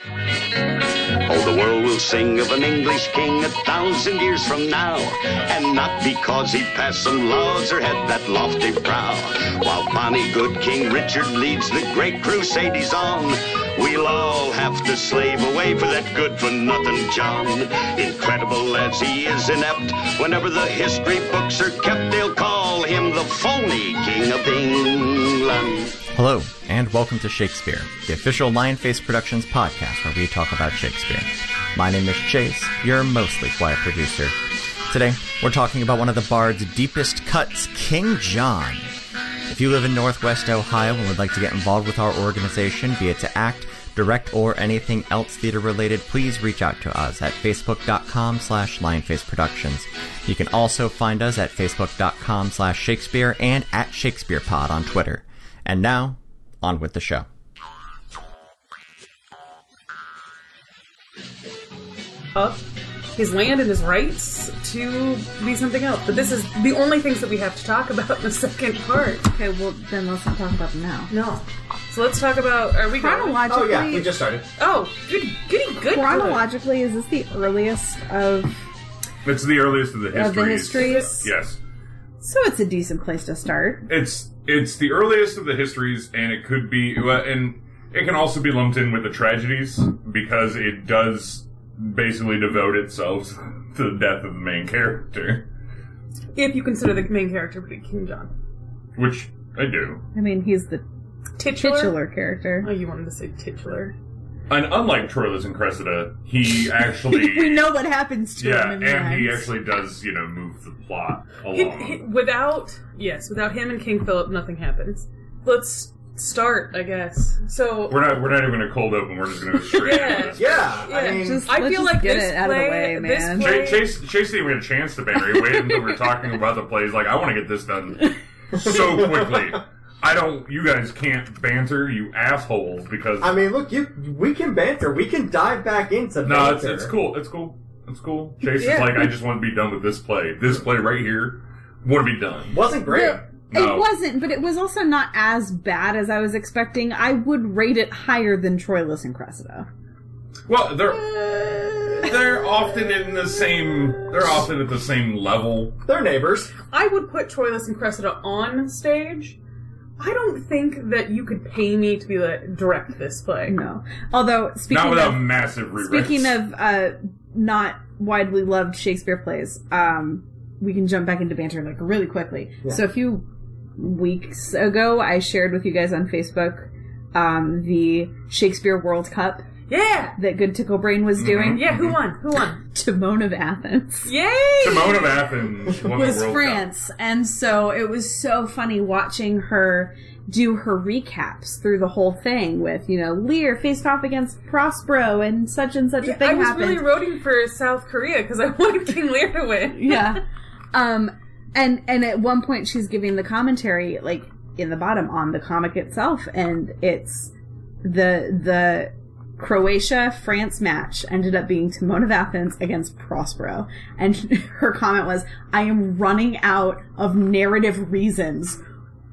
Oh, We'll sing of an English king a thousand years from now, and not because he passed some laws or had that lofty brow. While bonnie good King Richard leads the great crusades on, we'll all have to slave away for that good for nothing John. Incredible as he is inept, whenever the history books are kept, they'll call him the phony King of England. Hello, and welcome to Shakespeare, the official Lionface Productions podcast where we talk about Shakespeare. My name is Chase, your mostly quiet producer. Today, we're talking about one of the Bard's deepest cuts, King John. If you live in Northwest Ohio and would like to get involved with our organization, be it to act, direct, or anything else theater related, please reach out to us at facebook.com slash lionface productions. You can also find us at facebook.com slash Shakespeare and at Shakespeare Pod on Twitter. And now, on with the show. up his land and his rights to be something else. But this is the only things that we have to talk about in the second part. Okay, well then let's not talk about them now. No. So let's talk about are we going- Chronologically, started. Oh, good goody good. chronologically, is this the earliest of It's the earliest of the histories. of the histories? Yes, So it's a decent place to start. it's it's the earliest of the histories, and it could be, well, and it can also be lumped in with the tragedies because it does basically devote itself to the death of the main character, If you consider the main character to be King John. which I do. I mean, he's the Titular. titular Oh, character. you wanted to say titular. And unlike Troilus and Cressida, he actually we know what happens to yeah, and him. in the he end. actually does you know move the plot He- along. he- without yes, without him and King Philip nothing happens. Let's start, I guess. So we're not we're not even a cold open. We're just going to go straight. Yeah. into this. Yeah, Yeah, I mean, just- I Let's feel like get this it out of the play, way, this man. play- Chase, Chase, Chase didn't even get a chance to banner. He waited until we were talking about the plays. Like, I want to get this done so quickly. I don't. You guys can't banter, you assholes. Because I mean, look, you we can banter. We can dive back into no, it's, banter. it's cool. It's cool. It's cool. Chase Yeah. is like, I just want to be done with this play. This play right here want to be done. Wasn't great. No. It wasn't, but it was also not as bad as I was expecting. I would rate it higher than Troilus and Cressida. Well, they're they're often in the same. They're often at the same level. They're neighbors. I would put Troilus and Cressida on stage. I don't think that you could pay me to be like direct this play. No, although Not speaking without of massive rewrites. speaking of uh, not widely loved Shakespeare plays, um, we can jump back into banter like really quickly. So a few weeks ago, I shared with you guys on Facebook um, the Shakespeare World Cup Yeah, that Good Tickle Brain Mm-hmm. was doing. yeah. Who won? Who won? Timon of Athens. Yay! Simone of Athens won the was World Cup. France, and so it was so funny watching her do her recaps through the whole thing with you know Lear faced off against Prospero and such and such a thing I was happened. really rooting for South Korea because I wanted King Lear to win. yeah. Um, and and at one point she's giving the commentary like in the bottom on the comic itself, and it's the the Croatia France match ended up being Timon of Athens against Prospero, and her comment was, "I am running out of narrative reasons."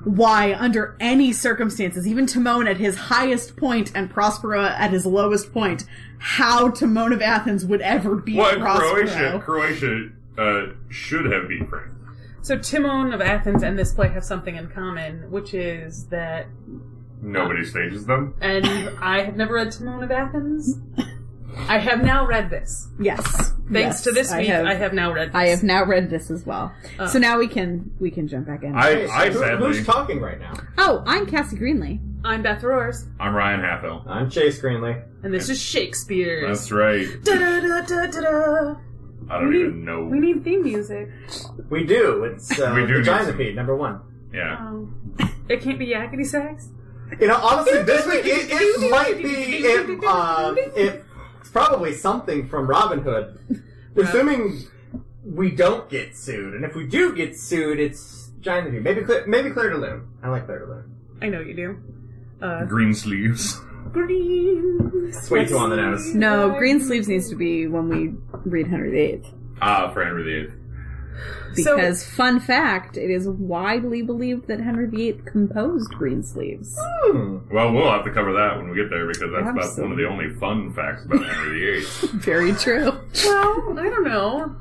Why, under any circumstances, even Timon at his highest point and Prospero at his lowest point, how Timon of Athens would ever beat Well, and Prospero? Croatia, Croatia uh, should have beat France. So Timon of Athens and this play have something in common, which is that. Nobody stages them. And I have never read Timon of Athens. I have now read this. Yes. Thanks Yes, to this week, I have, Oh. now read. This. I have now read this as well. so now we can we can jump back in. I, So I who- sadly, who's talking right now? oh, I'm Cassie Greenley. I'm Beth Roars, I'm Ryan Halfell. I'm Chase Greenley. and this is Shakespeare's. That's right. Da-da-da-da-da-da. I don't We- even know. We need theme music. We do. It's uh, We do need vagina some- feed number one. yeah. Oh. It can't be yakety sax. You know, honestly, this week it, it might be if um, if it's probably something from Robin Hood, assuming we don't get sued. And if we do get sued, it's vagina feed. Maybe Cla- maybe Claire de Lune. I like Claire de Lune. I know you do. uh, Green sleeves. Green. It's way too on the nose. No, Green Sleeves needs to be when we read Henry VIII. Ah, for Henry VIII. So- Because, fun fact, it is widely believed that Henry VIII composed Greensleeves. Well, we'll have to cover that when we get there because that's about one of Absolutely. the only fun facts about Henry VIII. Very true. Well, I don't know.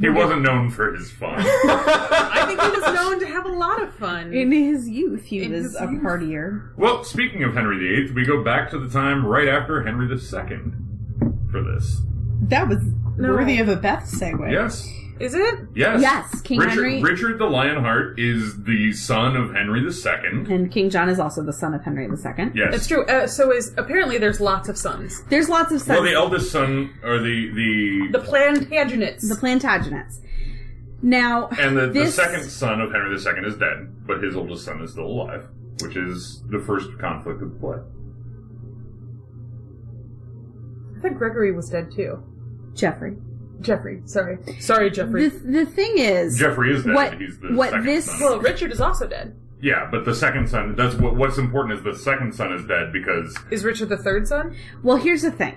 he wasn't known for his fun. I think he was known to have a lot of fun. In his youth, he In was his a youth. partier. Well, speaking of Henry VIII, we go back to the time right after Henry II for this. That was No. worthy of a Beth segue. Yes. Is it? Yes. Yes, King Richard, Henry- Richard the Lionheart is the son of Henry II. And King John is also the son of Henry II. Yes. That's true. Uh, so is apparently there's lots of sons. There's lots of sons. Well, the eldest son, or the the, The Plantagenets. the Plantagenets. Now, and the, this, the second son of Henry II is dead, but his oldest son is still alive, which is the first conflict of the play. I thought Gregory was dead too. Jeffrey. Jeffrey, sorry, sorry, Jeffrey. The, the thing is, Jeffrey is dead. What- He's the what second this- son. well, Richard is also dead. Yeah, but the second son. That's what, what's important is the second son is dead because Is Richard the third son? well, here's the thing.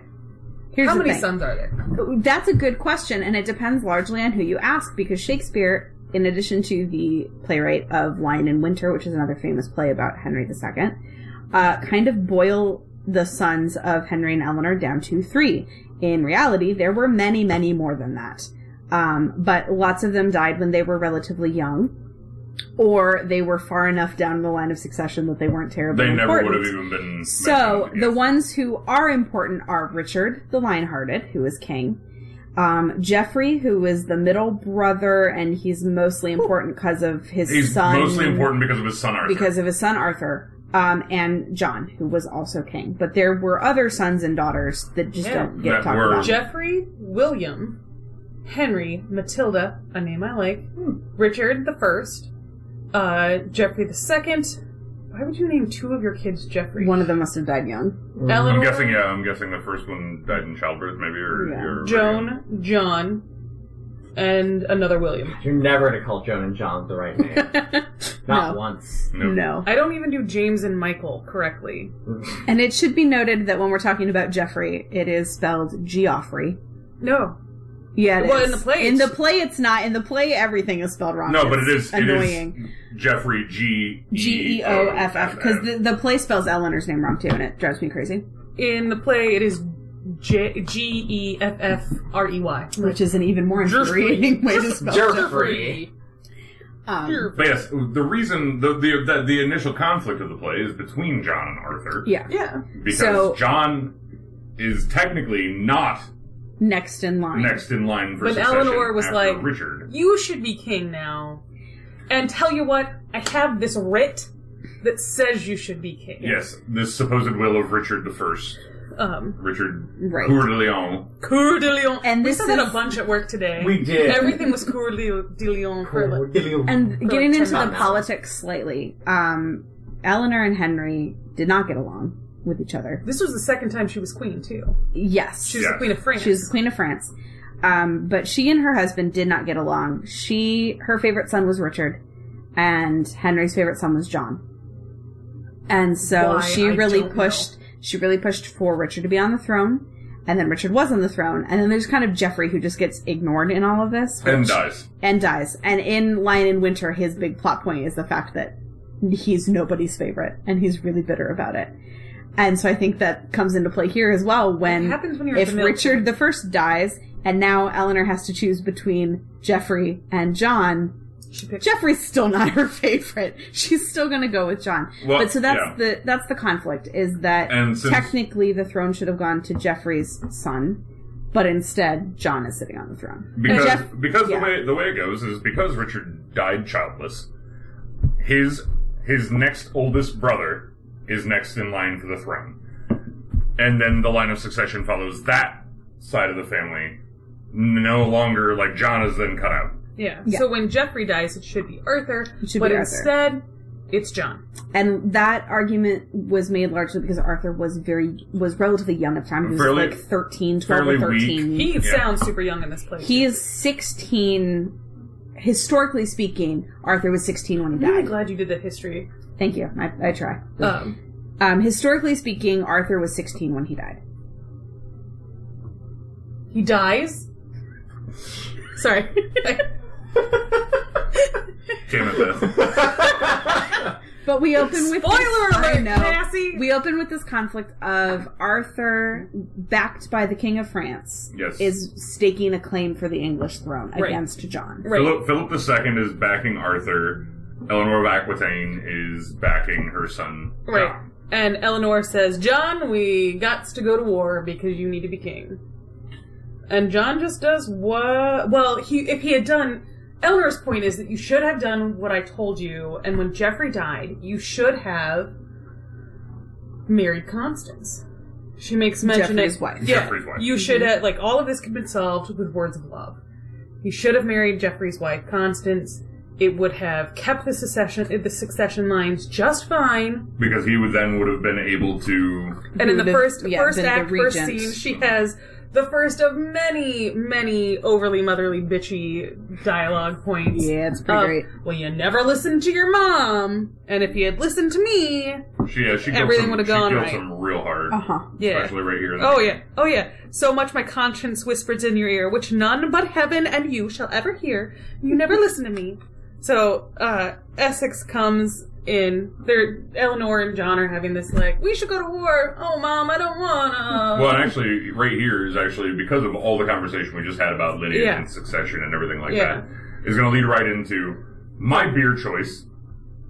Here's How the many thing. sons are there? That's a good question, and it depends largely on who you ask because Shakespeare, in addition to the playwright of Lion in Winter, which is another famous play about Henry II, uh, kind of boil the sons of Henry and Eleanor down to three. In reality, there were many, many more than that. Um, but lots of them died when they were relatively young, or they were far enough down the line of succession that they weren't terribly they never important. would have even been. So mentioned. the ones who are important are Richard the Lionhearted, who is king, um, Jeffrey, who is the middle brother, and he's mostly important because of his he's son. mostly important because of his son Arthur. because of his son Arthur. Um, and John, who was also king, but there were other sons and daughters that just Yeah. don't get That talked were- about. Jeffrey, William, Henry, Matilda, a name I like, Richard the first, uh, Jeffrey the second. Why would you name two of your kids Jeffrey? One of them must have died young. Eleanor, I'm guessing. Yeah, I'm guessing the first one died in childbirth, maybe or, Yeah. or Joan, John, and another William. You're never gonna call Joan and John the right name. Not No. once. Nope. No. I don't even do James and Michael correctly. And it should be noted that when we're talking about Jeffrey, it is spelled Geoffrey. No, Yeah, it Well, is. in the play in the it's- play, it's not. In the play, everything is spelled wrong. No, but It's it is annoying. It is Jeffrey G G E O F F because the, the play spells Eleanor's name wrong too, and it drives me crazy. in the play it is J- G E F F R E Y. Which is an even more infuriating way to spell. Jeffrey. Um, But yes, the reason the, the the the initial conflict of the play is between John and Arthur. yeah, Yeah. because so- John is technically not next in line. next in line for But succession Eleanor was after like- Richard. You should be king now. And tell you what, I have this writ that says you should be king. Yes, this supposed will of Richard the First, Um, Richard Right. Coeur de Lion. Coeur de Lion. And we this said that is- a bunch at work today. We did. Everything was Coeur de, de Lion. for like- And getting into not the now. politics slightly, um, Eleanor and Henry did not get along with each other. This was the second time she was queen too. Yes, She was Yeah. the queen of France. She was the queen of France. Um, but she and her husband did not get along. She, her favorite son was Richard, and Henry's favorite son was John. And so Why, she I really don't know. pushed. She really pushed for Richard to be on the throne, and then Richard was on the throne, and then there's kind of Jeffrey who just gets ignored in all of this and which- dies. and dies. And in Lion in Winter, his big plot point is the fact that he's nobody's favorite, and he's really bitter about it. And so I think that comes into play here as well when, It happens when you're if the middle Richard the First dies, and now Eleanor has to choose between Jeffrey and John. she picked Jeffrey's still not her favorite. She's still going to go with John. Well, but so that's yeah. the that's the conflict is that And since- technically the throne should have gone to Jeffrey's son, but instead John is sitting on the throne. because Jeff- because yeah. the way the way it goes is because Richard died childless, his his next oldest brother is next in line for the throne, and then the line of succession follows that side of the family. No longer like John is then cut out. Yeah. Yeah. So when Jeffrey dies, it should be Arthur. It should but be Arthur. instead, it's John. and that argument was made largely because Arthur was very was relatively young at the time. He was Fairly- like 13, 12 or fairly weak. 13. He Yeah. sounds super young in this play. He is 16 historically speaking. Arthur was 16 when he I'm really died. glad you did that history. Thank you. I, I try. Um, Um, historically speaking, Arthur was 16 when he died. he dies. Sorry. Damn it, Beth. But we open with Spoiler this, I alert, know. Cassie! We open with this conflict of Arthur, backed by the King of France, Yes. is staking a claim for the English throne Right. against John. right. Philip, Philip II is backing Arthur. Eleanor of Aquitaine is backing her son. Right. John. And Eleanor says, John, we got to go to war because you need to be king. And John just does what. Well, he if he had done. Eleanor's point is that you should have done what I told you, and when Jeffrey died, you should have married Constance. She makes mention Jeffrey's it, wife. Yeah, Jeffrey's wife. You should have like all of this could have been solved with words of love. He should have married Jeffrey's wife, Constance. It would have kept the succession the succession lines just fine. Because he would then would have been able to. And in who the the- first yeah, first the- the act, first regent. scene, she has the first of many, many overly motherly, bitchy dialogue points. Yeah, it's pretty of, great. Well, you never listened to your mom, and if you had listened to me, She, yeah, she Everything killed would have some, gone she killed right. some real hard. Uh huh. yeah. Especially right here. in the Oh yeah, beginning. oh yeah. So much my conscience whispers in your ear, which none but heaven and you shall ever hear. You never listen to me. So uh Essex comes in. They're Eleanor and John are having this like, we should go to war. Oh mom, I don't wanna. Well, and actually, right here is actually because of all the conversation we just had about lineage Yeah. and succession and everything like Yeah. that, is going to lead right into my beer choice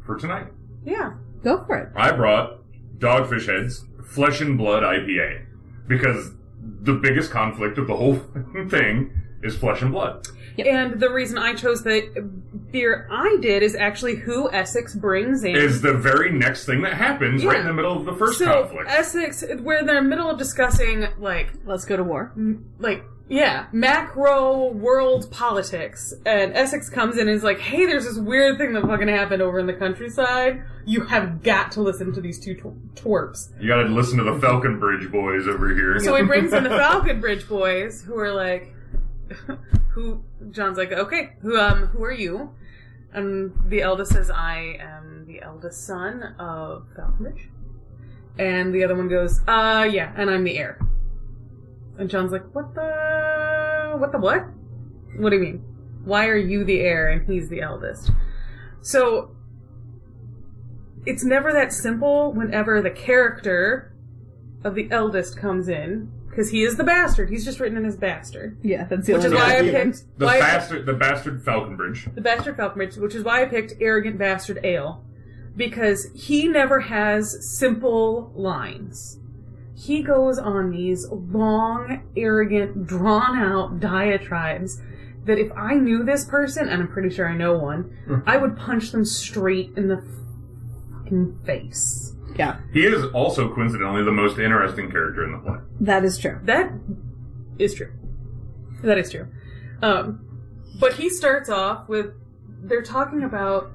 for tonight. Yeah. Go for it. I brought Dogfish Head's Flesh and Blood IPA because the biggest conflict of the whole thing is flesh and blood. And the reason I chose the beer I did is actually who Essex brings in. Is the very next thing that happens right Yeah. in the middle of the first so uh, conflict. Essex, we're in the middle of discussing like Let's go to war. like yeah macro world politics and essex comes in and is like hey there's this weird thing that fucking happened over in the countryside you have got to listen to these two tw- twerps you gotta listen to the Falcon Bridge boys over here. so he brings in the falcon bridge boys who are like who john's like okay who um who are you and the eldest says i am the eldest son of falconbridge and the other one goes uh yeah and i'm the heir and john's like what the what the what what do you mean why are you the heir and he's the eldest so it's never that simple whenever the character of the eldest comes in because he is the bastard he's just written in as bastard Yeah, that's the which is only why way. I Yeah. picked the why I picked- bastard, the bastard Falcon Bridge. the bastard Falconbridge, which is why I picked arrogant bastard ale, because he never has simple lines. He goes on these long, arrogant, drawn-out diatribes that if I knew this person, and I'm pretty sure I know one, I would punch them straight in the fucking face. Yeah, He is also coincidentally the most interesting character in the play. that is true. That is true. That is true. Um, but he starts off with they're talking about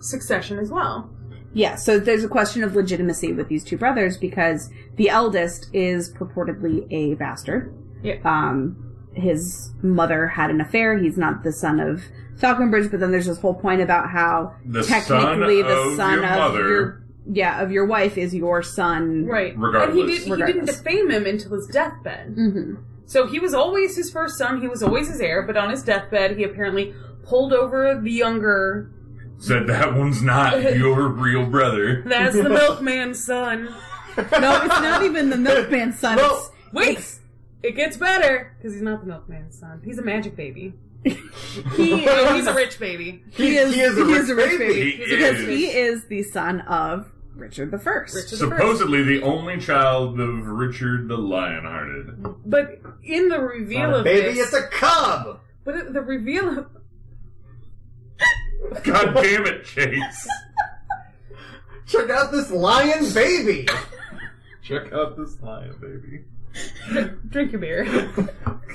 succession as well. Yeah, so there's a question of legitimacy with these two brothers because the eldest is purportedly a bastard. Yeah. Um, his mother had an affair. He's not the son of Falconbridge, but then there's this whole point about how The technically son the of son your of mother. your yeah of your wife is your son. Right. And he, Regardless. did, he didn't Regardless. defame him until his deathbed. hmm So he was always his first son, he was always his heir, but on his deathbed, he apparently pulled over the younger. Said that one's not your real brother. That's the milkman's son. No, it's not even the milkman's son. Well, It's- Wait! It gets better! Because he's not the milkman's son. He's a magic baby. he Oh, is, he's a rich baby. he is, He is a he rich is a rich baby. baby. He Because is. he is the son of Richard the First. Richard the First. Supposedly the only child of Richard the Lionhearted. But in the reveal Not a of baby, this. it's a cub. But in the reveal of. God damn it, Chase. Check out this lion baby. Check out this lion, baby. Drink your beer.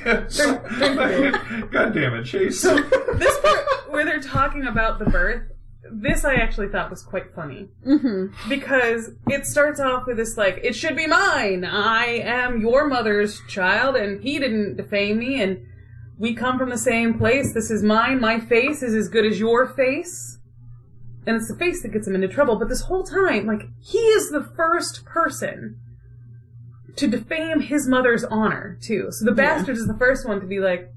God damn it, Chase. this part where they're talking about the birth, this I actually thought was quite funny. Mm-hmm. Because it starts off with this, like, it should be mine. I am your mother's child, and he didn't defame me, and we come from the same place. This is mine. My face is as good as your face. And it's the face that gets him into trouble. But this whole time, like, he is the first person to defame his mother's honor, too. So the bastard is the first one to be like,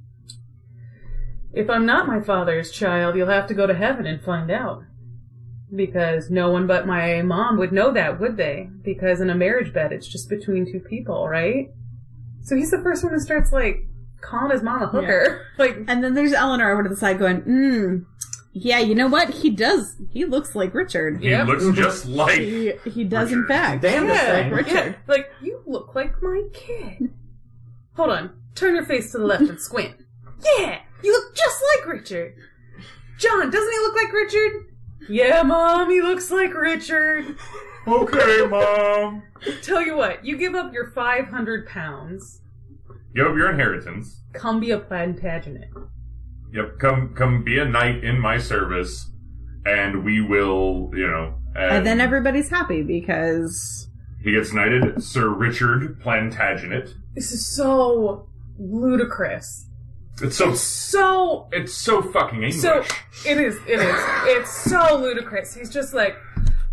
If I'm not my father's child, you'll have to go to heaven and find out. Because no one but my mom would know that, would they? Because in a marriage bed, it's just between two people, right? So he's the first one who starts, like, calling his mom a hooker. Like, And then there's Eleanor over to the side going, mm, yeah, you know what? He does. He looks like Richard. He Yep. looks just like. He, he does, in Richard. fact. Damn this Yeah. thing. Richard. like, you look like my kid. Hold on. Turn your face to the left and squint. Yeah! You look just like Richard! John, doesn't he look like Richard? Yeah, Mom, he looks like Richard. Okay, mom. Tell you what, you give up your 500 pounds, Give up your inheritance. come be a Plantagenet. Yep, come come be a knight in my service, and we will, you know. And, And then everybody's happy because he gets knighted, Sir Richard Plantagenet. This is so ludicrous. It's so So it's so fucking English. So it is, it is. It's so ludicrous. He's just like,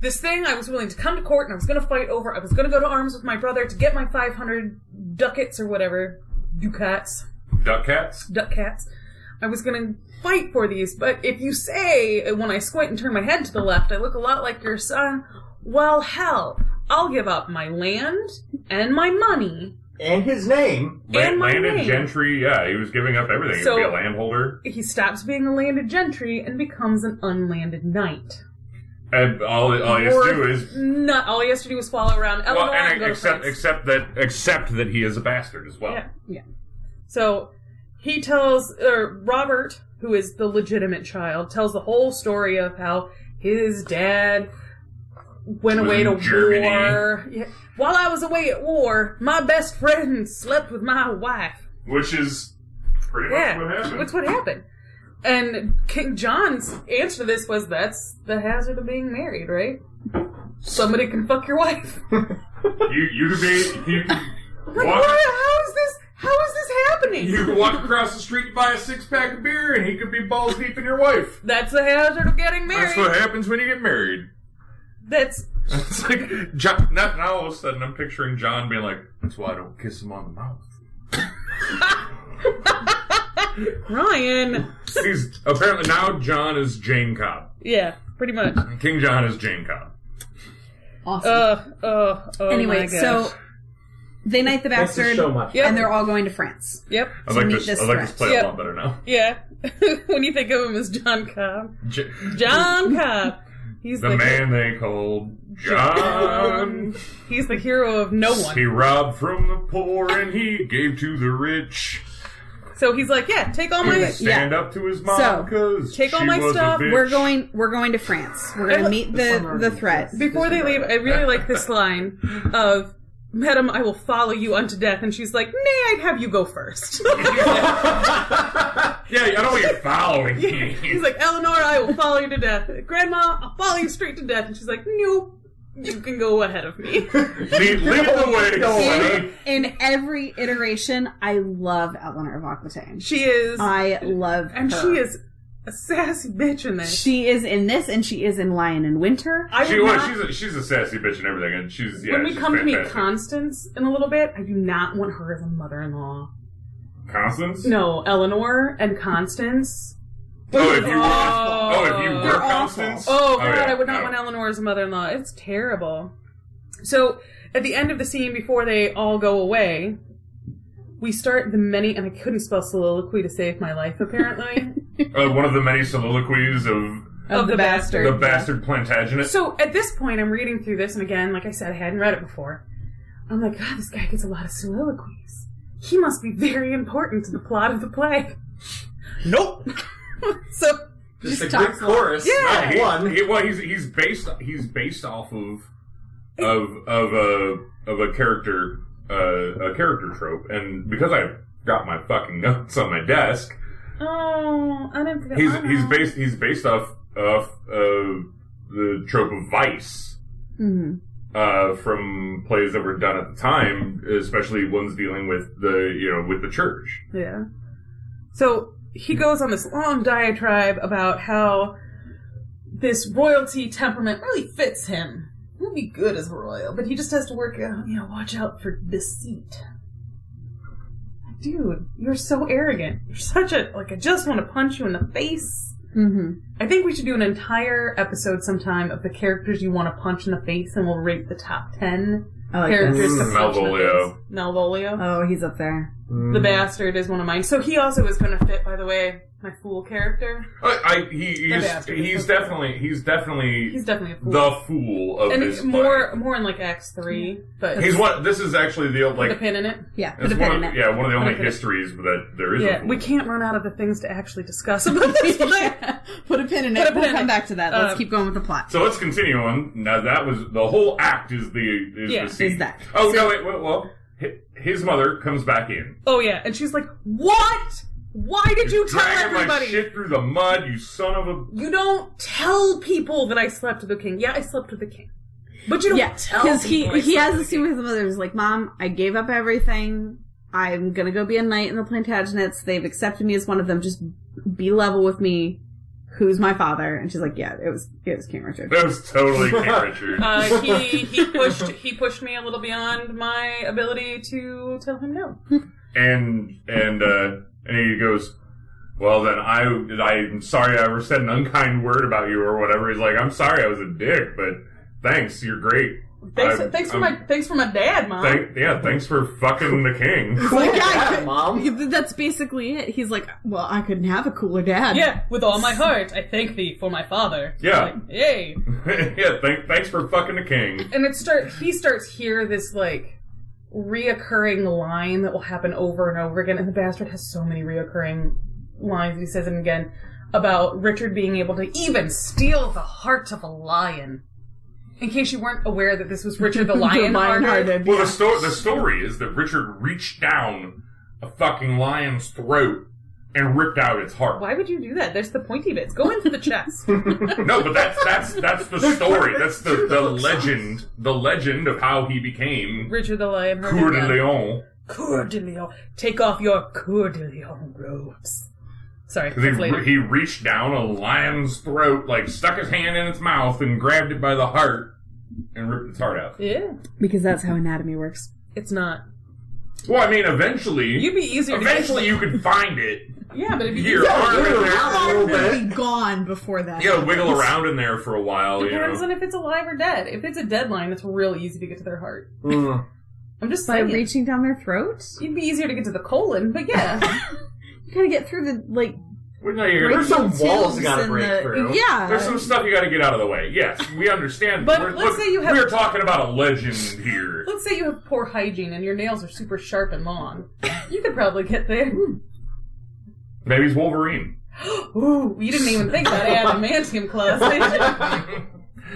this thing I was willing to come to court and I was going to fight over. I was going to go to arms with my brother to get my 500 ducats or whatever. Ducats. Duck cats. Duck cats. I was going to fight for these, but if you say, when I squint and turn my head to the left, I look a lot like your son, well, hell, I'll give up my land and my money. And his name. And my landed name. gentry. Yeah, he was giving up everything. So- He'd be a landholder. He stops being a landed gentry and becomes an unlanded knight. And all all he has to do is not all he has to do is follow around Eleanor well, and, and go to except France. except that except that he is a bastard as well. yeah, yeah. So he tells, or Robert, who is the legitimate child, tells the whole story of how his dad went Was away in to Germany. war. Yeah. While I was away at war, my best friend slept with my wife. Which is pretty Yeah, much what happened. that's what happened. And King John's answer to this was, "That's the hazard of being married, right? Somebody can fuck your wife." you you could be you Like, walk, why- how is this? How is this happening? you could walk across the street to buy a six pack of beer and he could be balls deep in your wife. That's the hazard of getting married. That's what happens when you get married. That's- It's like John, now, now all of a sudden I'm picturing John being like, "That's why I don't kiss him on the mouth." Ryan. He's apparently now John is Jane Cobb. Yeah, pretty much. King John is Jane Cobb. awesome. Uh, uh, oh my anyway, gosh. so they knight the This is bastard so much. Yep. and they're all going to France. Yep. I like meet this. this I like this threat. play Yep. a lot better now. Yeah. when you think of him as John Cobb. J- John Cobb. He's the, the man they called John. He's the hero of no one. He robbed from the poor and he gave to the rich. So he's like, yeah, take all my. Anyway. Stand up to his mom So, because take all she my was a stuff, bitch. We're going we're going to France. We're I lo- gonna meet the summer the is threat. just- Before they leave, I really like this line of, Madam, I will follow you unto death. And she's like, nay, I'd have you go first. Yeah, I don't want you following me. He's like, Eleanor, I will follow you to death. Grandma, I'll follow you straight to death. And she's like, nope, you can go ahead of me. lead, lead the way, Don't sonny. In, in every iteration, I love Eleanor of Aquitaine. She is, I love and her. she is a sassy bitch in this. She is in this, and she is in Lion in Winter. I She would was. not- She's a, she's a sassy bitch and everything, and she's yeah. when we she's come to meet fantastic. Constance in a little bit, I do not want her as a mother-in-law. Constance. No, Eleanor and Constance. Oh, if you were, Oh. oh, if you were They're awful. Constance. Oh god, yeah, I would not no. want Eleanor as a mother-in-law. It's terrible. So at the end of the scene, before they all go away, we start the many, and I couldn't spell soliloquy to save my life. Apparently, Uh, one of the many soliloquies of Of the bastard. the bastard Plantagenet. So at this point, I'm reading through this, and again, like I said, I hadn't read it before. I'm like, God, this guy gets a lot of soliloquies. He must be very important to the plot of the play. Nope. So Just, a talks good chorus. Yeah. Not one. He- well, he's he's based he's based off of of of a of a character uh, a character trope, and because I got my fucking notes on my desk, Oh, I didn't forget. he's Anna. he's based he's based off off uh, the trope of vice. Mm-hmm. Mhm. uh, from plays that were done at the time, especially ones dealing with the you know with the church. Yeah. So he goes on this long diatribe about how this royalty temperament really fits him. He'll be good as a royal, but he just has to work, uh, you know, watch out for deceit. dude, you're so arrogant. You're such a like. I just want to punch you in the face. Mm-hmm. I think we should do an entire episode sometime of the characters you want to punch in the face, and we'll rate the top ten I like characters. to this. punch in the Malvolio. face. Malvolio. Oh, he's up there. the bastard is one of mine. So he also is going to fit, by the way, my fool character. I, I, he, That he's, bastard. he's definitely he's definitely He's definitely a fool. the fool of and this. more, play. more in like Acts three, but He's what this is actually the put a like pin in it. Yeah. it's put one a pin of, in it. yeah one of the only Okay. histories that there is. Yeah, a we fool. can't run out of the things to actually discuss about this. play. Put a pin in Put a it. pin We'll in come it. back to that. Let's Um, keep going with the plot. So let's continue on. Now that was the whole act is the is Yeah, the scene. is that. Oh no! Wait, wait, well, hi- his mother comes back in. Oh yeah, and she's like, "What? Why did you tell Dragging my everybody? shit through the mud, you son of a. You don't tell people that I slept with the king. Yeah, I slept with the king, but you don't Yeah, tell because he people I he slept has with a the scene king. with his mother. He's like, "Mom, I gave up everything. I'm gonna go be a knight in the Plantagenets. They've accepted me as one of them. Just be level with me. Who's my father?" And she's like, "Yeah, it was it was King Richard." That was totally King Richard. Uh, he he pushed he pushed me a little beyond my ability to tell him no. and and uh, and he goes, "Well, then I I'm sorry I ever said an unkind word about you or whatever." He's like, "I'm sorry I was a dick, but thanks, you're great. Thanks, I'm- thanks for I'm- my thanks for my dad, mom. Thank yeah, thanks for fucking the king." Cool Like, yeah, I dad, could- mom. That's basically it. He's like, "Well, I couldn't have a cooler dad." yeah, with all my heart, I thank thee for my father. Yeah. Like, yay. yeah, thank, thanks for fucking the king. and it start he starts here this like reoccurring line that will happen over and over again and the bastard has so many reoccurring lines he says it again about richard being able to even steal the heart of a lion in case you weren't aware that this was richard the lion hearted Well, the story the story is that Richard reached down a fucking lion's throat and ripped out its heart. why would you do that there's the pointy bits go into the chest No, but that's that's that's the story. That's the, the legend, the legend of how he became richard the lion Coeur de hearted Lion. coeur de lion take off your coeur de lion robes sorry Because that's he, later. re- he reached down a lion's throat, like stuck his hand in its mouth and grabbed it by the heart and ripped its heart out. yeah because that's how anatomy works. it's not Well, I mean, eventually, you'd be easier to get- eventually you could find it. yeah but if you oh, Your arm in there. around a little bit. Be gone before that. You gotta wiggle around in there for a while, you Depends know. on if it's alive or dead. If it's a dead line, it's real easy to get to their heart. Mm. I'm just By saying. reaching down their throat, It'd be easier to get to the colon, but yeah. you gotta get through the like. Well, no, you're gonna- There's some tubes walls you gotta and break the- through. Yeah, There's some stuff you got to get out of the way. Yes, we understand. But we're, let's say you have- We're talking about a legend here. Let's say you have poor hygiene and your nails are super sharp and long. You could probably get there. Maybe it's Wolverine. Ooh, you didn't even think about adamantium claws, did you?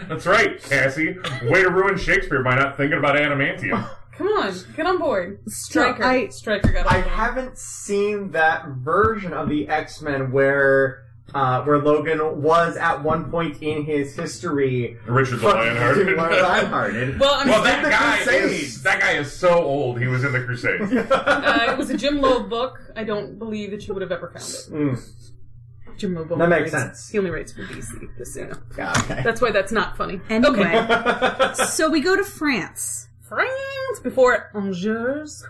That's right, Cassie. Way to ruin Shakespeare by not thinking about adamantium. Come on, get on board. Striker. I- Striker got on I board. haven't seen that version of the X Men where uh, where Logan was at one point in his history. Richard the fucking Lionhearted. Lionhearted. Well, I mean, Well, the that guy is Crusades. that guy is so old. He was in the Crusades. uh, it was a Jim Loeb book. I don't believe that you would have ever found it. Mm. Jim Loeb. That only makes writes- sense. He only writes for DC. Just so you know. Yeah, okay. That's why that's not funny. Anyway. Okay. so we go to France. France before Angers.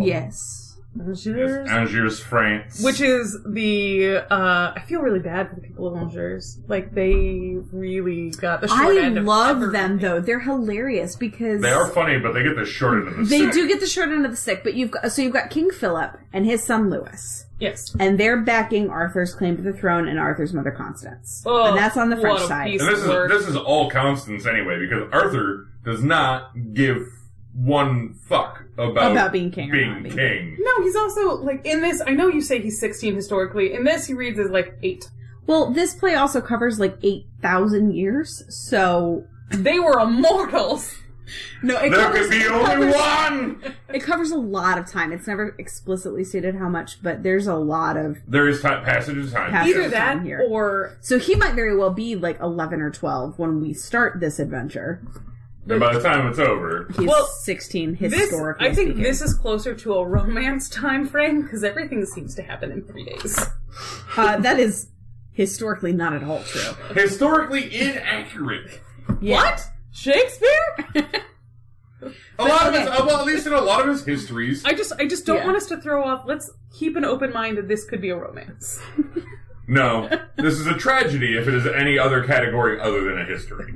Yes. Angers. Angers, France. Which is the uh I feel really bad for the people of Angers. Like they really got the short I end of love everything. them though. They're hilarious because they are funny, but they get the short end of the they stick. do get the short end of the stick, but you've got so you've got King Philip and his son Louis, Yes. and they're backing Arthur's claim to the throne and Arthur's mother Constance, Oh, and that's on the what French a side. piece And this is Word. this is all Constance anyway, because Arthur does not give one fuck about About being king or Being not being king. No, he's also like in this I know you say he's sixteen historically. In this he reads as like eight. Well, this play also covers like eight thousand years, so They were immortals. no, it There covers, could be it only covers- one. It covers a lot of time. It's never explicitly stated how much, but there's a lot of. There is time, passage of time. Passage. Either That's that down here. or So he might very well be like eleven or twelve when we start this adventure. And by the time it's over, He's Well, sixteen this historically. I think speaking. this is closer to a romance time frame because everything seems to happen in three days. Uh, that is historically not at all true. historically inaccurate. Yeah. What? Shakespeare? A lot okay. of his, well, at least in a lot of his histories, I just, I just don't Yeah. want us to throw off. Let's keep an open mind that this could be a romance. No, this is a tragedy if it is any other category other than a history.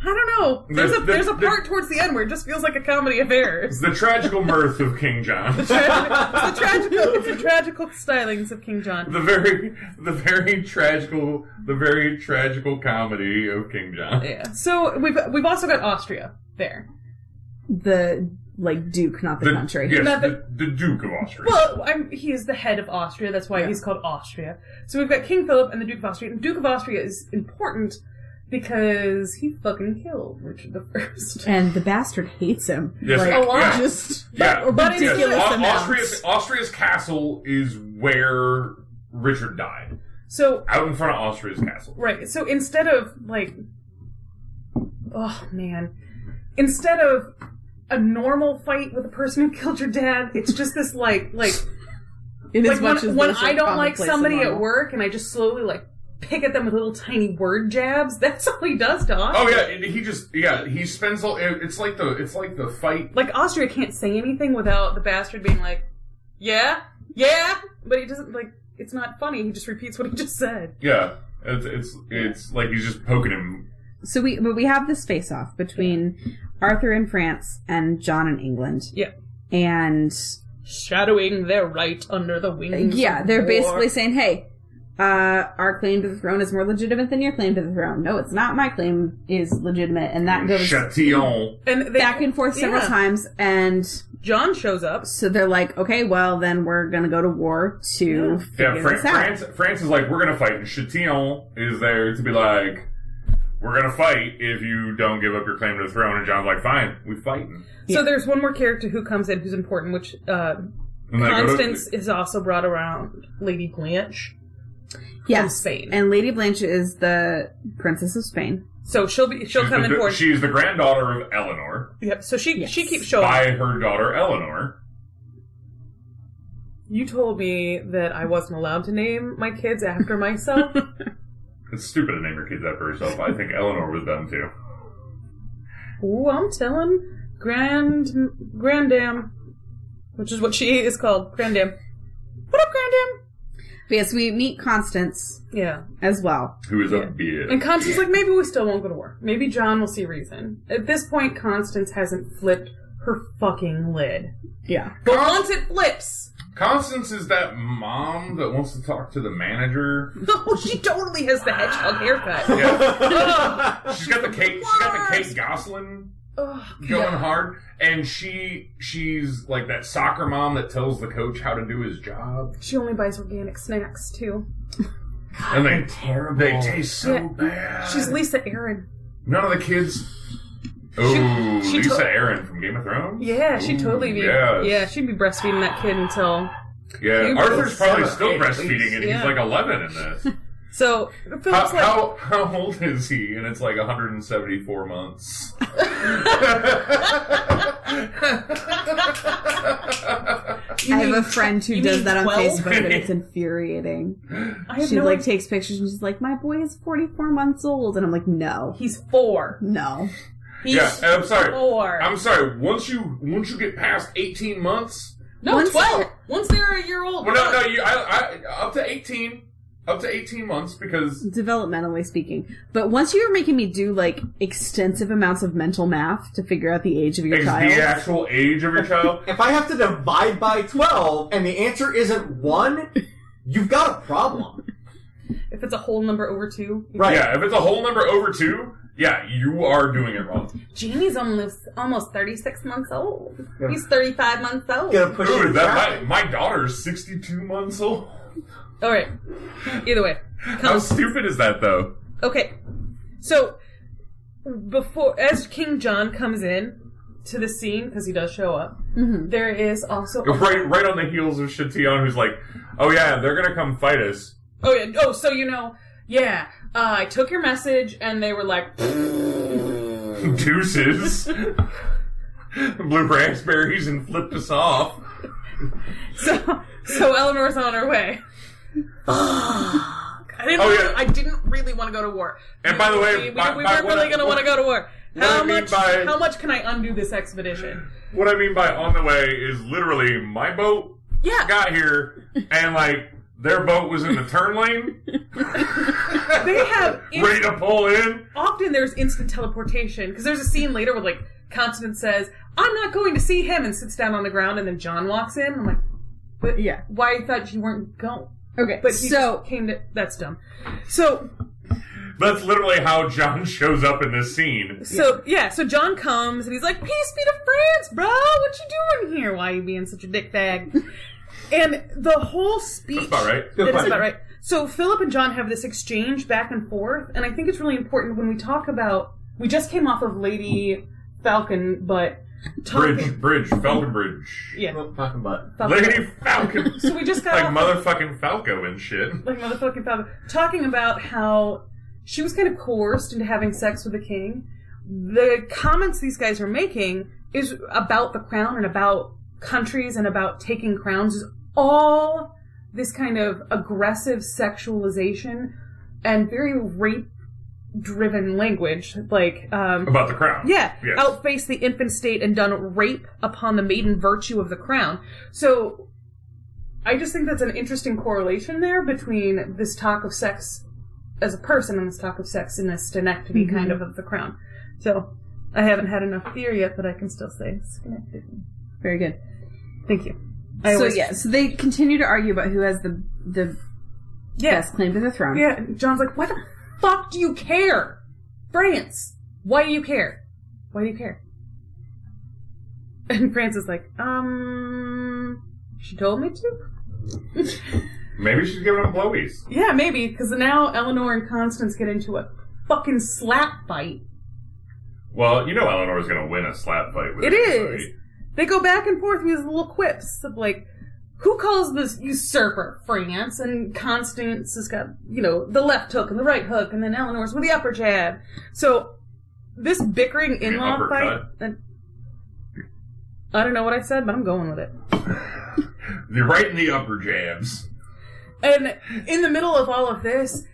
I don't know. There's a The- the- there's a the- part towards the end where it just feels like a comedy of errors. It's the tragical mirth of King John. It's the tragical, it's the tragical stylings of King John. The very, the very tragical, the very tragical comedy of King John. Yeah. So we've we've also got Austria there. The like Duke, not the, The, country. yes, Not the, the Duke of Austria. Well, I'm, he is the head of Austria. That's why he's called Austria. So we've got King Philip and the Duke of Austria. And Duke of Austria is important because he fucking killed Richard the First. And the bastard hates him. Yes, like, a Oh, lot. Just yeah, ridiculous yes, Au- amounts. Austria's, Austria's castle is where Richard died. So Out in front of Austria's castle. right. So instead of like, oh man, instead of a normal fight with the person who killed your dad, it's just this like like in like as much when, as when those are I don't like commonplace and somebody at normal. work and I just slowly like pick at them with little tiny word jabs. That's all he does to Austria. Oh yeah, and he just yeah he spends all. it- It's like the it's like the fight. Like Austria can't say anything without the bastard being like, "Yeah, yeah," but he doesn't like. It's not funny. He just repeats what he just said. Yeah, it's it's, it's like he's just poking him. So we, but we have this face off between Arthur in France and John in England, Yeah, and shadowing their right under the wings. yeah, of they're war. basically saying, "Hey, uh, our claim to the throne is more legitimate than your claim to the throne. No, it's not. My claim is legitimate, and that goes Chatillon. and they, back and forth several yeah. times. And John shows up. so they're like, okay, well, then we're gonna go to war to figure Yeah, Fran- this out. France. France is like we're gonna fight, and Chatillon is there to be like, we're gonna fight if you don't give up your claim to the throne. And John's like, fine, we fighting. Yeah. So there's one more character who comes in who's important, which uh, And they go to- Constance is also brought around. Lady Blanche. yes, Spain. And Lady Blanche is the princess of Spain. So she'll be she'll she's come in the, for she's the granddaughter of Eleanor Yep. So she Yes. she keeps showing. up. by her daughter Eleanor. You told me that I wasn't allowed to name my kids after myself. It's stupid to name your kids after herself. I think Eleanor was dumb too. Ooh, I'm telling Grand Grandam, which is what she is called, Grandam. What up, Grandam? But yes, we meet Constance Yeah, as well. Who is Yeah. a bitch. and Constance like maybe we still won't go to war. Maybe John will see reason. At this point, Constance hasn't flipped her fucking lid. Yeah. But once it flips, Constance is that mom that wants to talk to the manager. oh, she totally has the hedgehog haircut. Yeah. she's got the Kate. She's got the Kate Goslin Ugh, going hard, and she she's like that soccer mom that tells the coach how to do his job, she only buys organic snacks too. and they terrible. they taste so Yeah. bad. She's Lisa Aaron. None of the kids. Oh, she Lisa to- Aaron from Game of Thrones. Yeah, she'd Ooh, totally be. Mm, yes. Yeah, she'd be breastfeeding that kid until. yeah. You Arthur's both probably suck. still Yeah, breastfeeding, and yeah. he's like eleven in this. So how, Philip's like, how how old is he? And it's like 174 months. I have a friend who you does mean that on 12? Facebook and it's infuriating. I have She no like idea. takes pictures and she's like, My boy is forty four months old and I'm like, No. He's four. No. He's Yeah, Uh, and I'm sorry. Four. I'm sorry. Once you once you get past 18 months, no, Once- twelve. Once they're a year old. well, no, no, you I, I, up to 18, up to 18 months because Developmentally speaking. But once you're making me do like extensive amounts of mental math to figure out the age of your it's the child. actual age of your child. If I have to divide by 12 and the answer isn't 1, you've got a problem. If it's a whole number over two, Right. Yeah, if it's a whole number over two, yeah, you are doing it wrong. Jamie's almost almost thirty six months old. He's thirty five months old. Gonna push you Dude, to that traffic. my, my daughter's 62 months old. All right. Either way, How comes stupid is that though? okay. So before as King John comes in to the scene because he does show up, there is also Right, right on the heels of Shation, who's like, "Oh yeah, they're gonna come fight us." Oh yeah. Oh, so you know, yeah. Uh, I took your message, and they were like, Deuces, blue raspberries, and flipped us off. so so Eleanor's on her way. Fuck. I didn't. Oh, wanna- yeah. I didn't really want to go to war. Oh, And by the way, we, we, by- we by weren't what really I- going to want to go to war. I How mean much? by- How much can I undo this expedition? What I mean by on the way is literally my boat Yeah. got here and like their boat was in the turn lane, They have in- ready to pull in. often there's instant teleportation because there's a scene later where like Constance says, "I'm not going to see him," and sits down on the ground, and then John walks in. I'm like, but Yeah. why I thought you weren't going? Okay, But he so just came to that's dumb. So That's literally how John shows up in this scene. so yeah. so John comes and he's like, "Peace be to France, bro. What you doing here? Why you being such a dick bag?" and the whole speech. That's about right. Good That's question. about right. So Philip and John have this exchange back and forth, and I think it's really important when we talk about. We just came off of Lady Falcon, but talking, Bridge, bridge, Falcon Bridge. yeah, Well, talking about Falcon. Lady Falcon. So we just got like off- motherfucking Falco and shit. like motherfucking Falcon, talking about how she was kind of coerced into having sex with the king. The comments these guys are making is about the crown and about countries and about taking crowns is all this kind of aggressive sexualization and very rape driven language like um About the crown. yeah, Yes. outface the infant state and done rape upon the maiden virtue of the crown. So I just think that's an interesting correlation there between this talk of sex as a person and this talk of sex in this sthenectady Mm-hmm. kind of of the crown. So I haven't had enough beer yet, but I can still say sthenectady. very good. Thank you. I So always- yeah, so they continue to argue about who has the the yeah, best claim to the throne. yeah. and John's like, why the fuck do you care, France? Why do you care? Why do you care? And France is like, um, she told me to. Maybe she's giving him blowies. Yeah, maybe, because now Eleanor and Constance get into a fucking slap fight. Well, you know Eleanor's gonna win a slap fight with It everybody. is. They go back and forth with these little quips of like, who calls this usurper France? And Constance has got, you know, the left hook and the right hook, and then Eleanor's with the upper jab. So this bickering in law fight. uppercut. and- I don't know what I said, but I'm going with it. They're right in the upper jabs. And in the middle of all of this,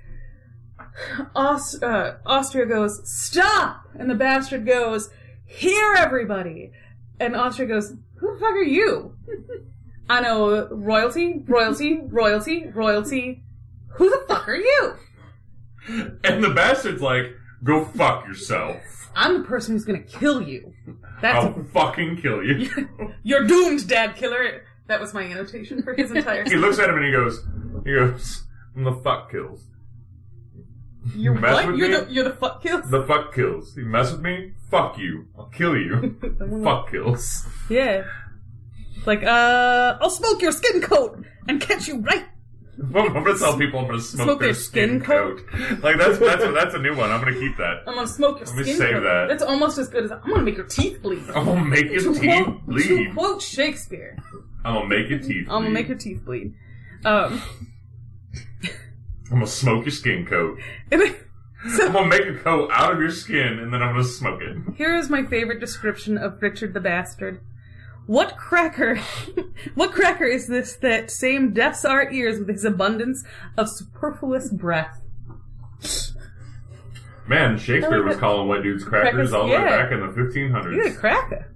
Aus- uh, Austria goes, Stop! And the bastard goes, Hear everybody! And Austria goes, Who the fuck are you? I know royalty, royalty, royalty, royalty. Who the fuck are you? And the bastard's like, go fuck yourself. I'm the person who's gonna kill you. That's I'll fucking kill you. you're doomed, dad killer. That was my annotation for his entire. he looks at him and he goes, he goes, "Mm, the fuck kills. You're mess what? with You're me? the, you're the fuck kills. The fuck kills. You mess with me, fuck you. I'll kill you. fuck kills. Yeah. It's Like, uh, I'll smoke your skin coat and catch you right. I'm gonna tell people I'm gonna smoke, their, skin, coat. Like that's that's that's a new one. I'm gonna keep that. I'm gonna smoke your Let me skin save coat. that. That's almost as good as I'm gonna make your teeth bleed. I'm gonna make your to, teeth quote, to bleed. quote Shakespeare, I'm gonna make your teeth. I'm gonna bleed. make your teeth bleed. Um, I'm gonna smoke your skin coat. and then- I'm gonna make a coat out of your skin and then I'm gonna smoke it. here is my favorite description of Richard the Bastard. What cracker, what cracker is this that same deafs our ears with his abundance of superfluous breath? Man, Shakespeare was calling white dudes crackers all the way yeah. back in the You're a 1500s. cracker.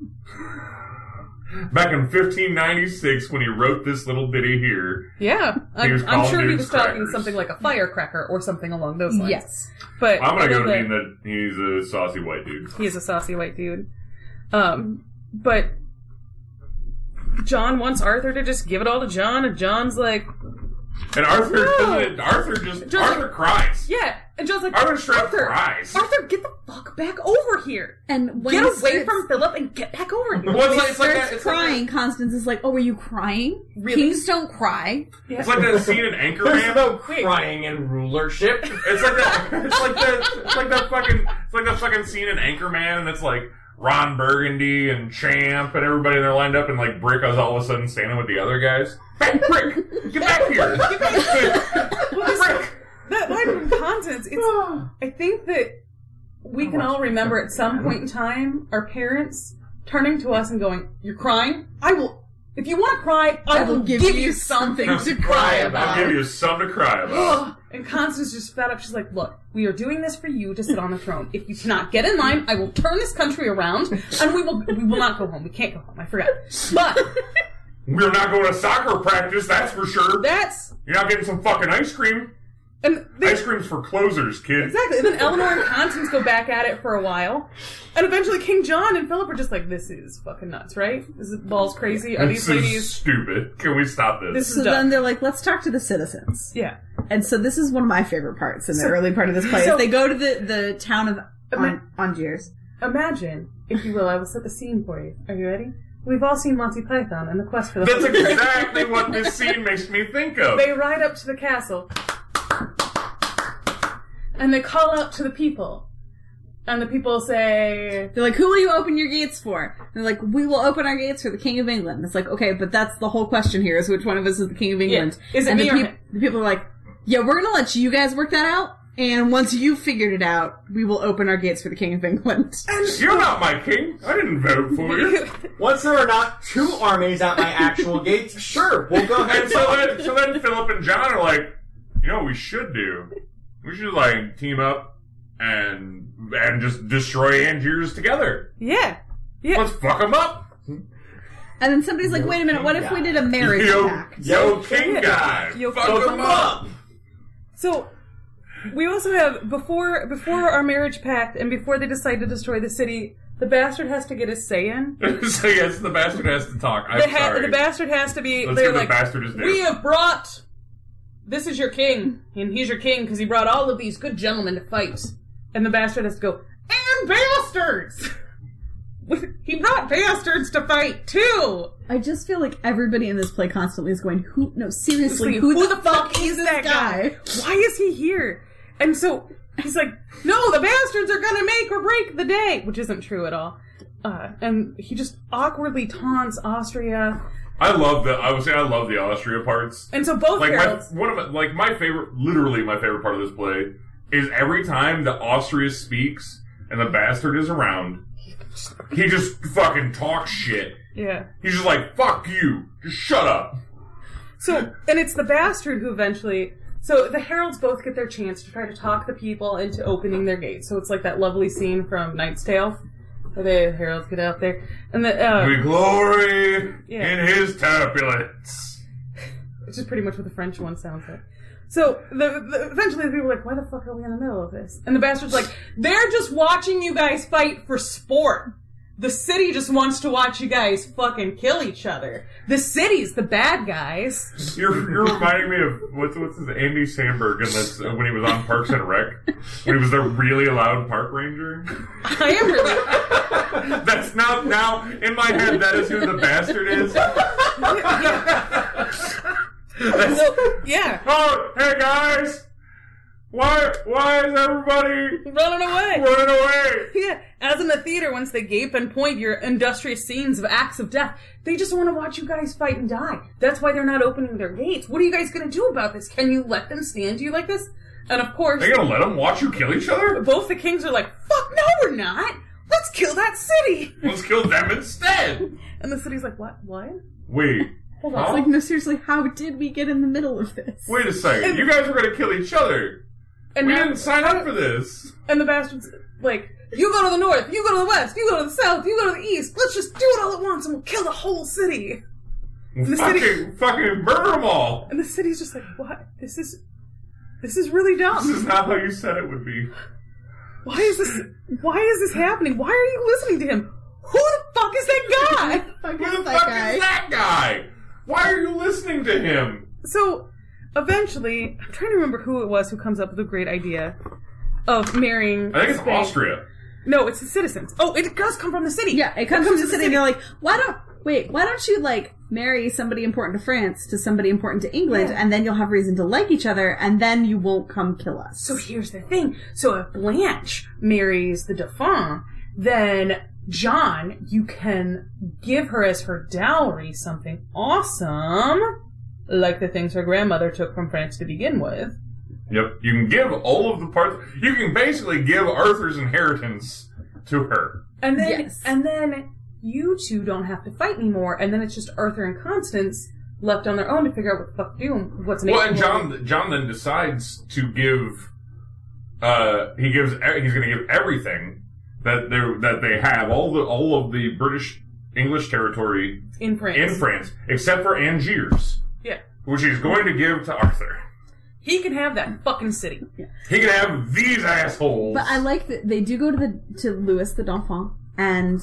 Back in 1596, when he wrote this little ditty here, Yeah, He was I'm, I'm calling sure he dudes was talking crackers. something like a firecracker or something along those lines. Yes. but I'm gonna go to the- mean that he's a saucy white dude. He is a saucy white dude. Um, but John wants Arthur to just give it all to John, and John's like, And Arthur, No. doesn't- Arthur just, Just- Arthur cries. yeah, and John's like, Arthur straight up Arthur, cries. Arthur, get the fuck back over here. And when Get he away starts- from Philip and get back over here. Well, it's like, it's like, starts that, it's, like crying, Constance is like, "Oh, were you crying? Really? Kings don't cry." that- it's like that scene in There's Anchorman. no crying in rulership. It's like that. It's like that. It's like that fucking. It's like that fucking scene in Anchorman, and it's like Ron Burgundy and Champ and everybody. And they're lined up, and like Brick is all of a sudden standing with the other guys. Hey, Brick, get back here! Brick. That line from Constance, it's, I think that we can all remember at some point in time our parents turning to us and going, you're crying? I will, if you want to cry, I, will give, you something something to cry I'll give you something to cry about. And Constance just fed up. She's like, "Look, we are doing this for you to sit on the throne. If you cannot get in line, I will turn this country around, and we will we will not go home. We can't go home. I forgot. But We're not going to soccer practice, that's for sure. that's You're not getting some fucking ice cream. and they, Ice cream's for closers, kid. exactly. And then Eleanor and Constance go back at it for a while, and eventually King John and Philip are just like, "This is fucking nuts, right? This is balls crazy. Are This these is ladies? stupid. Can we stop this? This So is dumb. then they're like, let's talk to the citizens. yeah." And so this is one of my favorite parts in the early part of this play. is so- they go to the, the town of Okay. on, Angiers. Imagine, if you will, I will set the scene for you. Are you ready? We've all seen Monty Python and the Quest for the That's Holy Grail. exactly what this scene makes me think of. They ride up to the castle and they call out to the people. And the people say, They're like, who will you open your gates for? And they're like, we will open our gates for the King of England. It's like, okay, but that's the whole question here is which one of us is the King of England? Is it and me the, or peop- him? the people are like, yeah, we're gonna let you guys work that out. And once you figured it out, we will open our gates for the King of England. You're not my king. I didn't vote for you. Once there are not two armies at my actual gates, sure, we'll go ahead and and so fight. then, so then Philip and John are like, you know what we should do? We should like team up and and just destroy Angiers together. yeah. Let's fuck them up. And then somebody's like, wait a minute, what if we did a marriage Yo, pact? yo, king guy, Yo, fuck, fuck 'em 'em up. So we also have before before our marriage pact and before they decide to destroy the city, the bastard has to get his say in. so yes, the bastard has to talk. I'm The, ha- sorry. the bastard has to be. Let's they're give the like, bastard his due. we have brought. This is your king, and he's your king because he brought all of these good gentlemen to fight. And the bastard has to go. And bastards. he brought bastards to fight too. I just feel like everybody in this play constantly is going, who, no, Seriously, seriously, who, the, fuck, is this guy? Why is he here? And so he's like, no, the bastards are gonna make or break the day, which isn't true at all. Uh, and he just awkwardly taunts Austria. I love the. I would say I love the Austria parts. And so both like my, Geralds, one of my, like my favorite, literally my favorite part of this play is every time the Austria speaks and the bastard is around, he just fucking talks shit. yeah. He's just like, "Fuck you, just shut up." So, and it's the bastard who eventually. So the heralds both get their chance to try to talk the people into opening their gates. So it's like that lovely scene from Knight's Tale, where the heralds get out there, and the uh, We glory Yeah. in his turbulence. which is pretty much what the French one sounds like. So the, the eventually the people are like, why the fuck are we in the middle of this? And the bastard's like, they're just watching you guys fight for sport. The city just wants to watch you guys fucking kill each other. The city's the bad guys. You're, you're reminding me of what's what's his Andy Samberg in this uh, when he was on Parks and Rec when he was the really loud park ranger. I am really. That's now now in my head that is who the bastard is. That's- So, yeah. Oh, hey guys! Why why is everybody running away. running away? Yeah, as in the theater, once they gape and point your industrious scenes of acts of death, they just want to watch you guys fight and die. That's why they're not opening their gates. What are you guys going to do about this? Can you let them stand you like this? And of course, They gonna let them watch you kill each other? both the kings are like, fuck no, we're not. Let's kill that city. Let's kill them instead. And the city's like, what? What? Wait. Hold Huh? on. Like, no, seriously, how did we get in the middle of this? Wait a second. You guys were gonna kill each other. And, We now- didn't sign up for this. and the bastard's like, you go to the north, you go to the west, you go to the south, you go to the east. Let's just do it all at once and we'll kill the whole city. Fucking The city- fucking murder them all. And the city's just like, what? This is, this is really This is dumb. not how you said it would be. Why is this, why is this happening? Why are you listening to him? Who the fuck is that guy? Who the fuck is that guy? Why are you listening to him? So, eventually, I'm trying to remember who it was who comes up with the great idea of marrying. I think it's Spain. Austria. No, it's the citizens. Oh, it does come from the city. Yeah, it comes from the city, and they're like, why don't wait, why don't you like marry somebody important to France to somebody important to England, and then you'll have reason to like each other, and then you won't come kill us. So here's the thing. So if Blanche marries the Dauphin, then John, you can give her as her dowry something awesome, like the things her grandmother took from France to begin with. Yep. You can give all of the parts. You can basically give Arthur's inheritance to her. And then Yes. and then you two don't have to fight anymore, and then it's just Arthur and Constance left on their own to figure out what the fuck to do and what's next. Well, and John John then decides to give. Uh, he gives e- he's going to give everything that they that they have all the all of the British English territory in France. in France except for Angiers, Yeah. which he's going to give to Arthur. He can have that fucking city. He can have these assholes. But I like that they do go to the to Louis the Dauphin and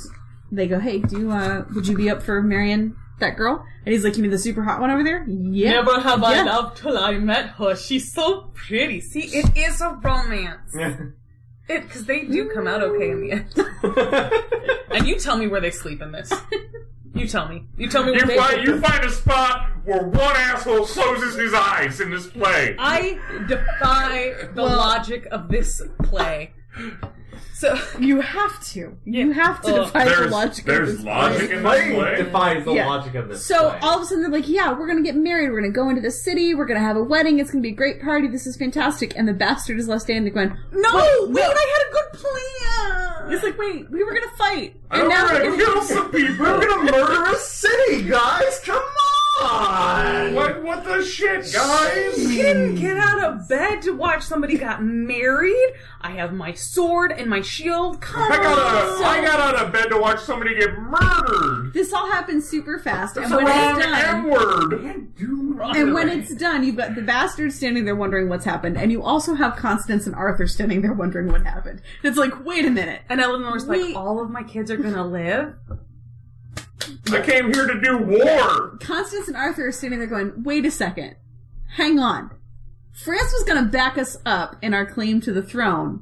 they go, "Hey, do you, uh, would you be up for marrying that girl?" And he's like, "You mean the super hot one over there?" Yeah. Never have I Yeah. loved till I met her. She's so pretty. See, it is a romance. It because they do come out okay in the end. and you tell me where they sleep in this. You tell me. You tell me where you they. find you find a spot where one asshole closes his eyes in this play. I defy the Well- logic of this play. So You have to. You have to Ugh. defy the There's logic. of there's this logic This in play this play. defies the Yeah. logic of this So play. all of a sudden they're like, "Yeah, we're gonna get married. We're gonna go into the city. We're gonna have a wedding. It's gonna be a great party. This is fantastic." And the bastard is left standing going, no, Wait, wait, no. I had a good plan. "It's like, wait, we were gonna fight, I don't and now want we're to gonna kill some people. We're gonna murder a city, guys! Come on! What, what the shit, guys? He didn't get out of bed to watch somebody got married. I have my sword and my shield. Come I got, on. out of, I got out of bed to watch somebody get murdered. This all happens super fast, and It's the when it's wrong done, M word. And when it's done, you've got the bastard standing there wondering what's happened, and you also have Constance and Arthur standing there wondering what happened. It's like, wait a minute. and Eleanor's Wait. like, all of my kids are gonna live. I came here to do war. Constance and Arthur are standing there going, wait a second. Hang on. France was going to back us up in our claim to the throne,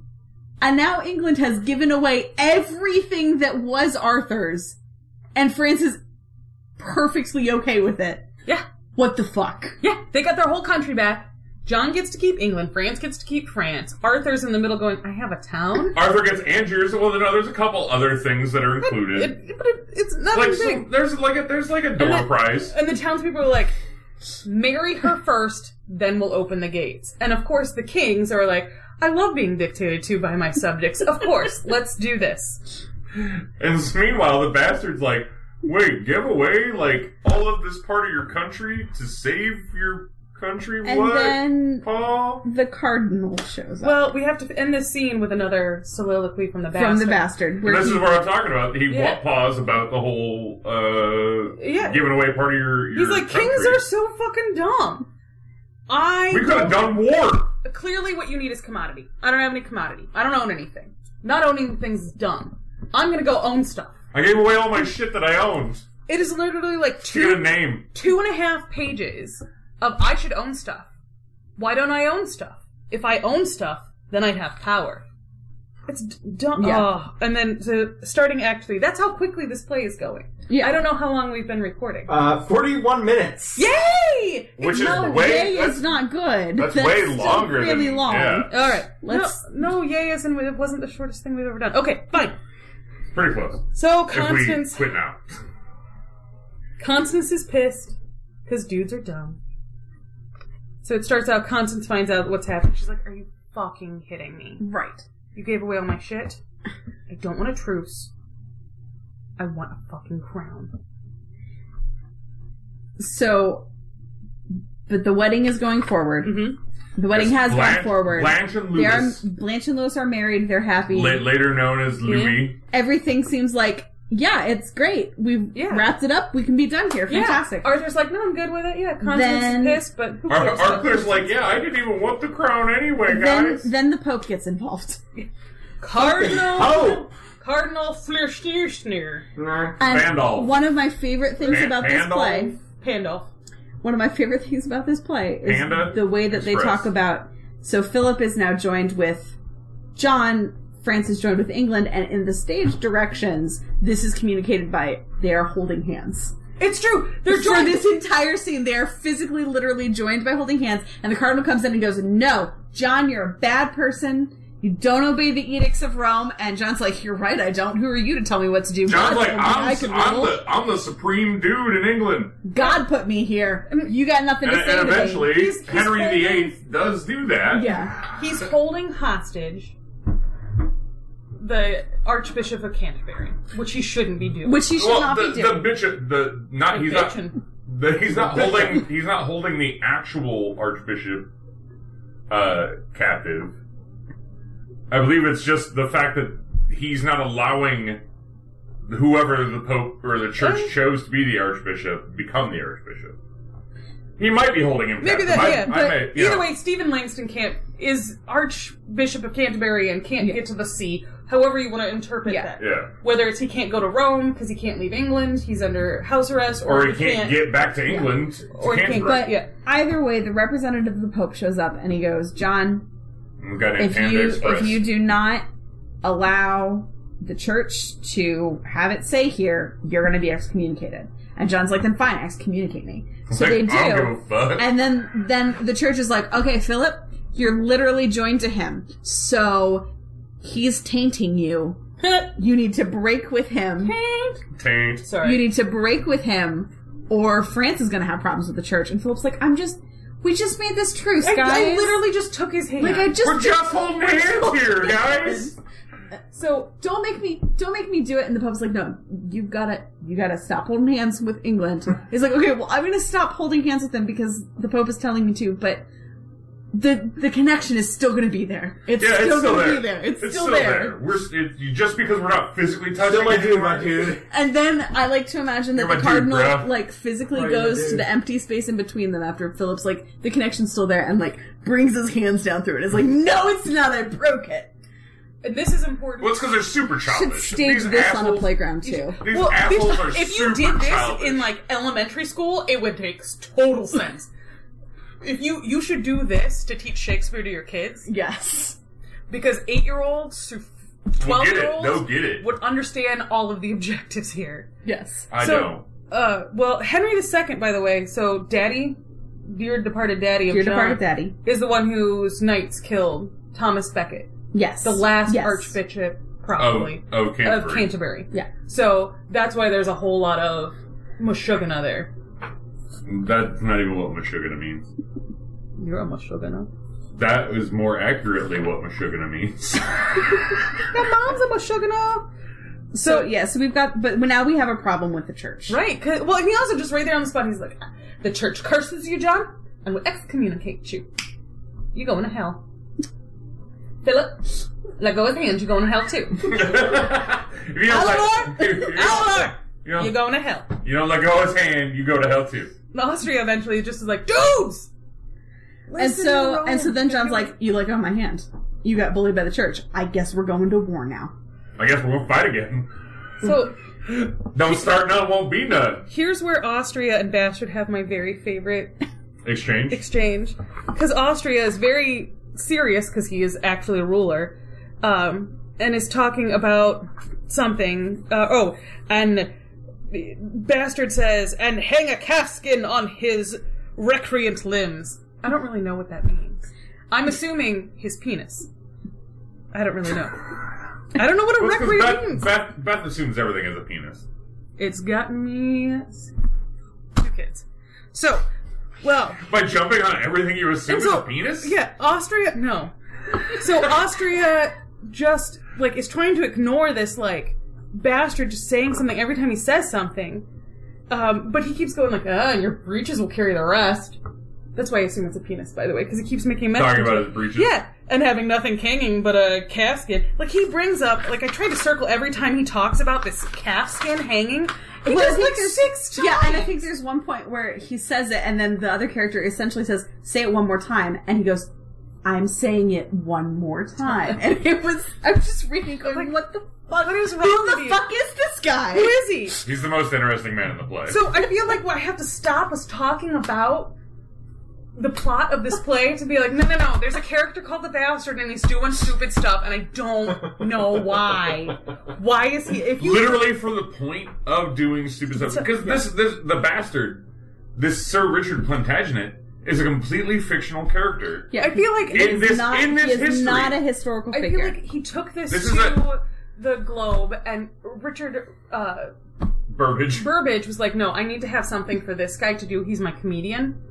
and now England has given away everything that was Arthur's, and France is perfectly okay with it. Yeah, What the fuck? yeah. They got their whole country back. John gets to keep England. France gets to keep France. Arthur's in the middle going, I have a town. Arthur gets Angiers. Well, then no, there's a couple other things that are included. It- but it, it's nothing like big. some, there's like a there's like a door then- prize. And the townspeople are like, marry her first, then we'll open the gates. And of course, the kings are like, I love being dictated to by my subjects. Of course, let's do this. And s- meanwhile, the bastard's like, wait, give away like all of this part of your country to save your country? And what? then Paul? the cardinal shows up Well, we have to end this scene with another soliloquy from the bastard. from the bastard. And where this he- is what I'm talking about. He Yeah. yeah. paws about the whole uh, Yeah. giving away part of your. your He's like, kings country. are so fucking dumb. I We could have done war. clearly what you need is commodity. I don't have any commodity. I don't own anything. Not owning things is dumb. I'm gonna go own stuff. I gave away all my shit that I owned. It is literally like two Get a name. two and a half pages of I should own stuff. Why don't I own stuff? If I own stuff, then I have power. It's d- dumb. Yeah. Ugh. And then to starting act three. That's how quickly this play is going. Yeah. I don't know how long we've been recording. Uh, 41 minutes. Yay! Which is No, way. yay is not good. that's way still longer than- Really long. yeah. All right, let's. No, no, yay isn't. It wasn't the shortest thing we've ever done. Okay, fine. Pretty close. So If we Constance, quit now. Constance is pissed because dudes are dumb. So it starts out. Constance finds out what's happening. She's like, "Are you fucking kidding me?" Right. You gave away all my shit. I don't want a truce. I want a fucking crown. So, but the wedding is going forward. Mm-hmm. The wedding has gone Blanche- forward. Blanche and They are, Louis. Blanche and Louis are married. They're happy. La- later known as Louis. Everything seems like, yeah, it's great. We've Yeah. wrapped it up. We can be done here. Fantastic. Yeah. Arthur's like, no, I'm good with it. Yeah, Constance Then- is pissed, but who Ar- cares about Arthur's Constance? like, yeah, I didn't even want the crown anyway, then, guys. then the Pope gets involved. Cardinal, Oh! Cardinal Flirschnirschnir, Nah. And Randolph. one of my favorite things Pan- about this Randolph. play, Pandolf. one of my favorite things about this play is Panda the way that they Express. talk about. So Philip is now joined with John. France is joined with England, and in the stage directions, this is communicated by they are holding hands. It's true. They're For joined. this entire scene, they are physically, literally joined by holding hands, and the cardinal comes in and goes, "No, John, you're a bad person. You don't obey the edicts of Rome." And John's like, "You're right, I don't. Who are you to tell me what to do?" John's God like, told me I'm, I I'm, could rule. the, I'm the supreme dude in England. God put me here. You got nothing And, to say and to me. eventually, He's- he's Henry holding- VIII does do that. Yeah. He's holding hostage the Archbishop of Canterbury, which he shouldn't be doing. Which he should Well, not the, be doing. the bishop, the not he's not Bitchin'. But he's not holding. He's not holding the actual archbishop uh, captive. I believe it's just the fact that he's not allowing whoever the pope or the church chose to be the archbishop become the archbishop. He might be holding him. Maybe captive. that, I- yeah. I but may- either yeah. way, Stephen Langston can't is Archbishop of Canterbury and can't get to the sea. However, you want to interpret Yeah. that. Yeah. Whether it's he can't go to Rome because he can't leave England, he's under house arrest, Or he can't get back to England. to Or he can't- Canterbury. But Yeah. either way, the representative of the Pope shows up and he goes, John, We've got if Panda you Express. if you do not allow the church to have it say here, you're going to be excommunicated. And John's like, then fine, excommunicate me. So Like, they do. I don't give a fuck. And then then the church is like, okay, Philip, you're literally joined to him, so he's tainting you. You need to break with him. Taint. Sorry. You need to break with him, or France is going to have problems with the church. And Philip's like, I'm just, we just made this truce, I, guys. I literally just took his hand. like I We're just just holding hands here, guys. so don't make me don't make me do it. And the Pope's like, no, you've got to you got to stop holding hands with England. He's like, okay, well, I'm going to stop holding hands with them because the Pope is telling me to, but. The, the connection is still going to be there. It's Yeah, still it's still going there. to be there. It's, still, there. We're s- it, you- just because we're not physically touching. Still my dude, anymore- my dude. And then I like to imagine that You're my the dude, cardinal bruh. like physically Right, goes to dude. the empty space in between them after Philip's like the connection's still there and like brings his hands down through it. It's like no, it's not. I broke it. And this is important. Well, it's because they're super Should childish. stage These this assholes, on a playground too. These Well, assholes bitch, are if super you did this childish. in like elementary school, it would make total sense. if you you should do this to teach Shakespeare to your kids Yes. because eight year olds to Well, twelve get year it. olds No, get it. would understand all of the objectives here. Yes. I so- know. Uh, well, Henry II, by the way, so daddy, dear departed daddy of Your John, departed daddy. is the one whose knights killed Thomas Becket, Yes. the last Yes. archbishop, Oh, probably, oh, of Canterbury. Canterbury. Yeah. So that's why there's a whole lot of mushugana there. That's not even what Meshuggah means. You're a mushugana. That is more accurately what Meshuggah means. Your mom's a mushugana. So yeah. So we've got, but now we have a problem with the church. Right. 'cause- well, and he also just right there on the spot, he's like, the church curses you, John, and will excommunicate you. You're going to hell. Philip, let go of his hand. You're going to hell too. if you don't Eleanor! let- if you don't- Eleanor! you don't- You're going to hell. you don't let go of his hand, you go to hell too. The Austria eventually just is like, dudes! And so and so then John's like, you let go of my hand. You got bullied by the church. I guess we're going to war now. I guess we'll fight again. So Don't start none, won't be none. here's where Austria and Bastard have my very favorite Exchange. exchange because Austria is very serious because he is actually a ruler, um, and is talking about something. Uh, oh, and bastard says, and hang a calfskin on his recreant limbs. I don't really know what that means. I'm assuming his penis. I don't really know. I don't know what a Well, it's 'cause recreant Beth, means. Beth, Beth assumes everything is a penis. It's gotten me two kids. So, well, By jumping on everything you assume is so- a penis? Yeah, Austria. No. So Austria just like is trying to ignore this like bastard just saying something every time he says something, um, but he keeps going like, ah, and your breeches will carry the rest. That's why I assume it's a penis, by the way, because he keeps making mention Talking to about it. his breeches. Yeah, and having nothing hanging but a calfskin. Like he brings up, like I tried to circle every time he talks about this calfskin hanging. He Well, I does think like there's- six times. Yeah, and I think there's one point where he says it, and then the other character essentially says, "Say it one more time," and he goes, "I'm saying it one more time." And it was, I'm just reading, going, Like, "What the fuck? what is wrong Who the with you?" fuck is this guy?" who is he? He's the most interesting man in the play. So I feel like what I have to stop us talking about the plot of this play to be like, no, no, no. There's a character called the Bastard, and he's doing stupid stuff, and I don't know why. Why is he? If you literally for the point of doing stupid stuff. Because this, this, the bastard, this Sir Richard Plantagenet, is a completely fictional character. Yeah, I feel like he in is this- not, in this he is history- not a historical I feel figure. like he took this, This is to the Globe, and Richard uh, Burbage. Burbage was like, no, I need to have something for this guy to do. He's my comedian.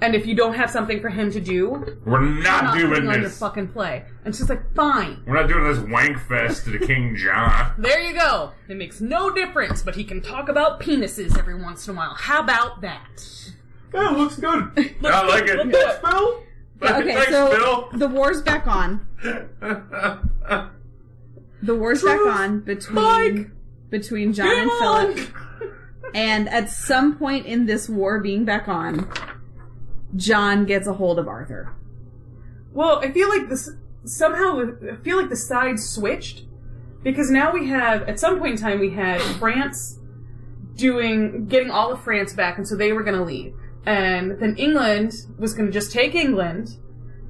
And if you don't have something for him to do, We're I'm not, not doing going to this. fucking play. And she's like, fine. We're not doing this wank fest to the King John. There you go. It makes no difference, but he can talk about penises every once in a while. How about that? That looks good. I like Let's do it. it. Bill? Okay, Thanks, so Bill. the war's back on. The war's back on between between John and Philip. And at some point in this war being back on, John gets a hold of Arthur. Well, I feel like this somehow I feel like the sides switched because now we have at some point in time we had France doing getting all of France back and so they were going to leave. And then England was going to just take England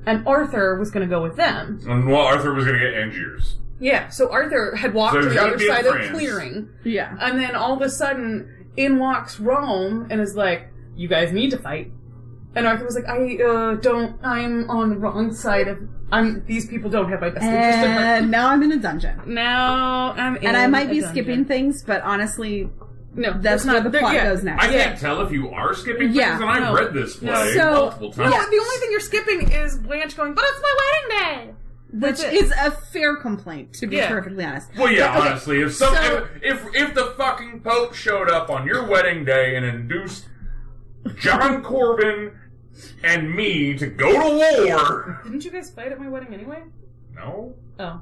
and Arthur was going to go with them. And well, Arthur was going to get Angiers. Yeah, so Arthur had walked So to it's the gotta other be in side of the France. clearing. Yeah. And then all of a sudden, in walks Rome and is like, "You guys need to fight." And Arthur was like, "I uh, don't. I'm on the wrong side of. I'm. These people don't have my best interest at heart." And now I'm in a dungeon. Now I'm. In Uh, And I might a be dungeon. skipping things, but honestly, No, that's where the there- plot yeah. goes next. I Yeah. can't tell if you are skipping things, Yeah, and I've no. read this play No. So- multiple No, times. the only thing you're skipping is Blanche going, but it's my wedding day. which it. is a fair complaint, to be Yeah. perfectly honest. Well, yeah, honestly, if some So- if, if if the fucking Pope showed up on your wedding day and induced John Corbin and me to go to war, Didn't you guys fight at my wedding anyway? no. Oh,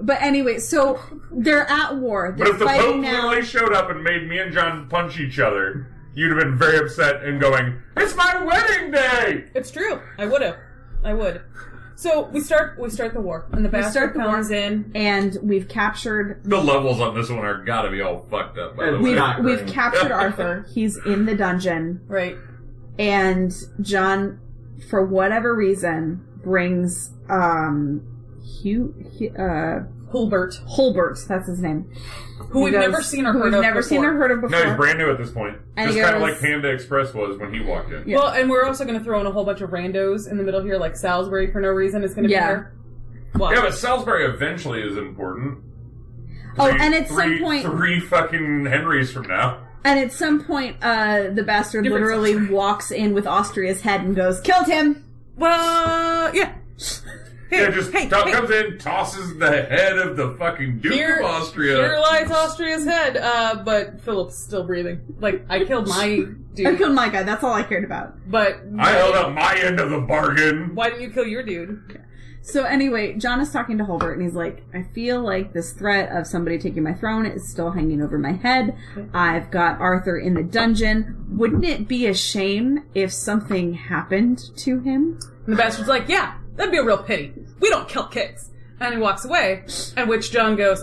But anyway, so they're at war. But They're if the Pope fighting now. literally showed up and made me and John punch each other, you'd have been very upset and going, "It's my wedding day." it's true. I would have. I would. So we start. We start the war, and the bastard start the war. comes in. and we've captured The levels on this one are gotta be all fucked up. By the We've- way, we've, Not we've great. captured Arthur. He's in the dungeon, Right. and John, for whatever reason, brings um, Hugh, Hu- uh, Hulbert, Hulbert. That's his name. who we've He goes- never seen or who heard we've of. never seen before. or heard of before. no, he's brand new at this point. And Just he kind of goes- like Panda Express was when he walked in. Yeah. Well, and we're also going to throw in a whole bunch of randos in the middle here, like Salisbury for no reason is going to Yeah. be here. Well, Yeah, but Salisbury eventually is important. oh, Three- and at some three- point, three fucking Henrys from now. and at some point, uh, the bastard Different literally Austria. walks in with Austria's head and goes, "Killed him." well, yeah. Hey, yeah, just hey, to- hey. comes in, tosses the head of the fucking Duke Here, of Austria. here lies Austria's head, uh, but Philip's still breathing. Like, I killed my I dude, killed my guy. That's all I cared about. but I held up my end of the bargain. why didn't you kill your dude? So anyway, John is talking to Holbert and he's like, I feel like this threat of somebody taking my throne is still hanging over my head. I've got Arthur in the dungeon. Wouldn't it be a shame if something happened to him? And the bastard's like, yeah, that'd be a real pity. We don't kill kids. And he walks away, at which John goes,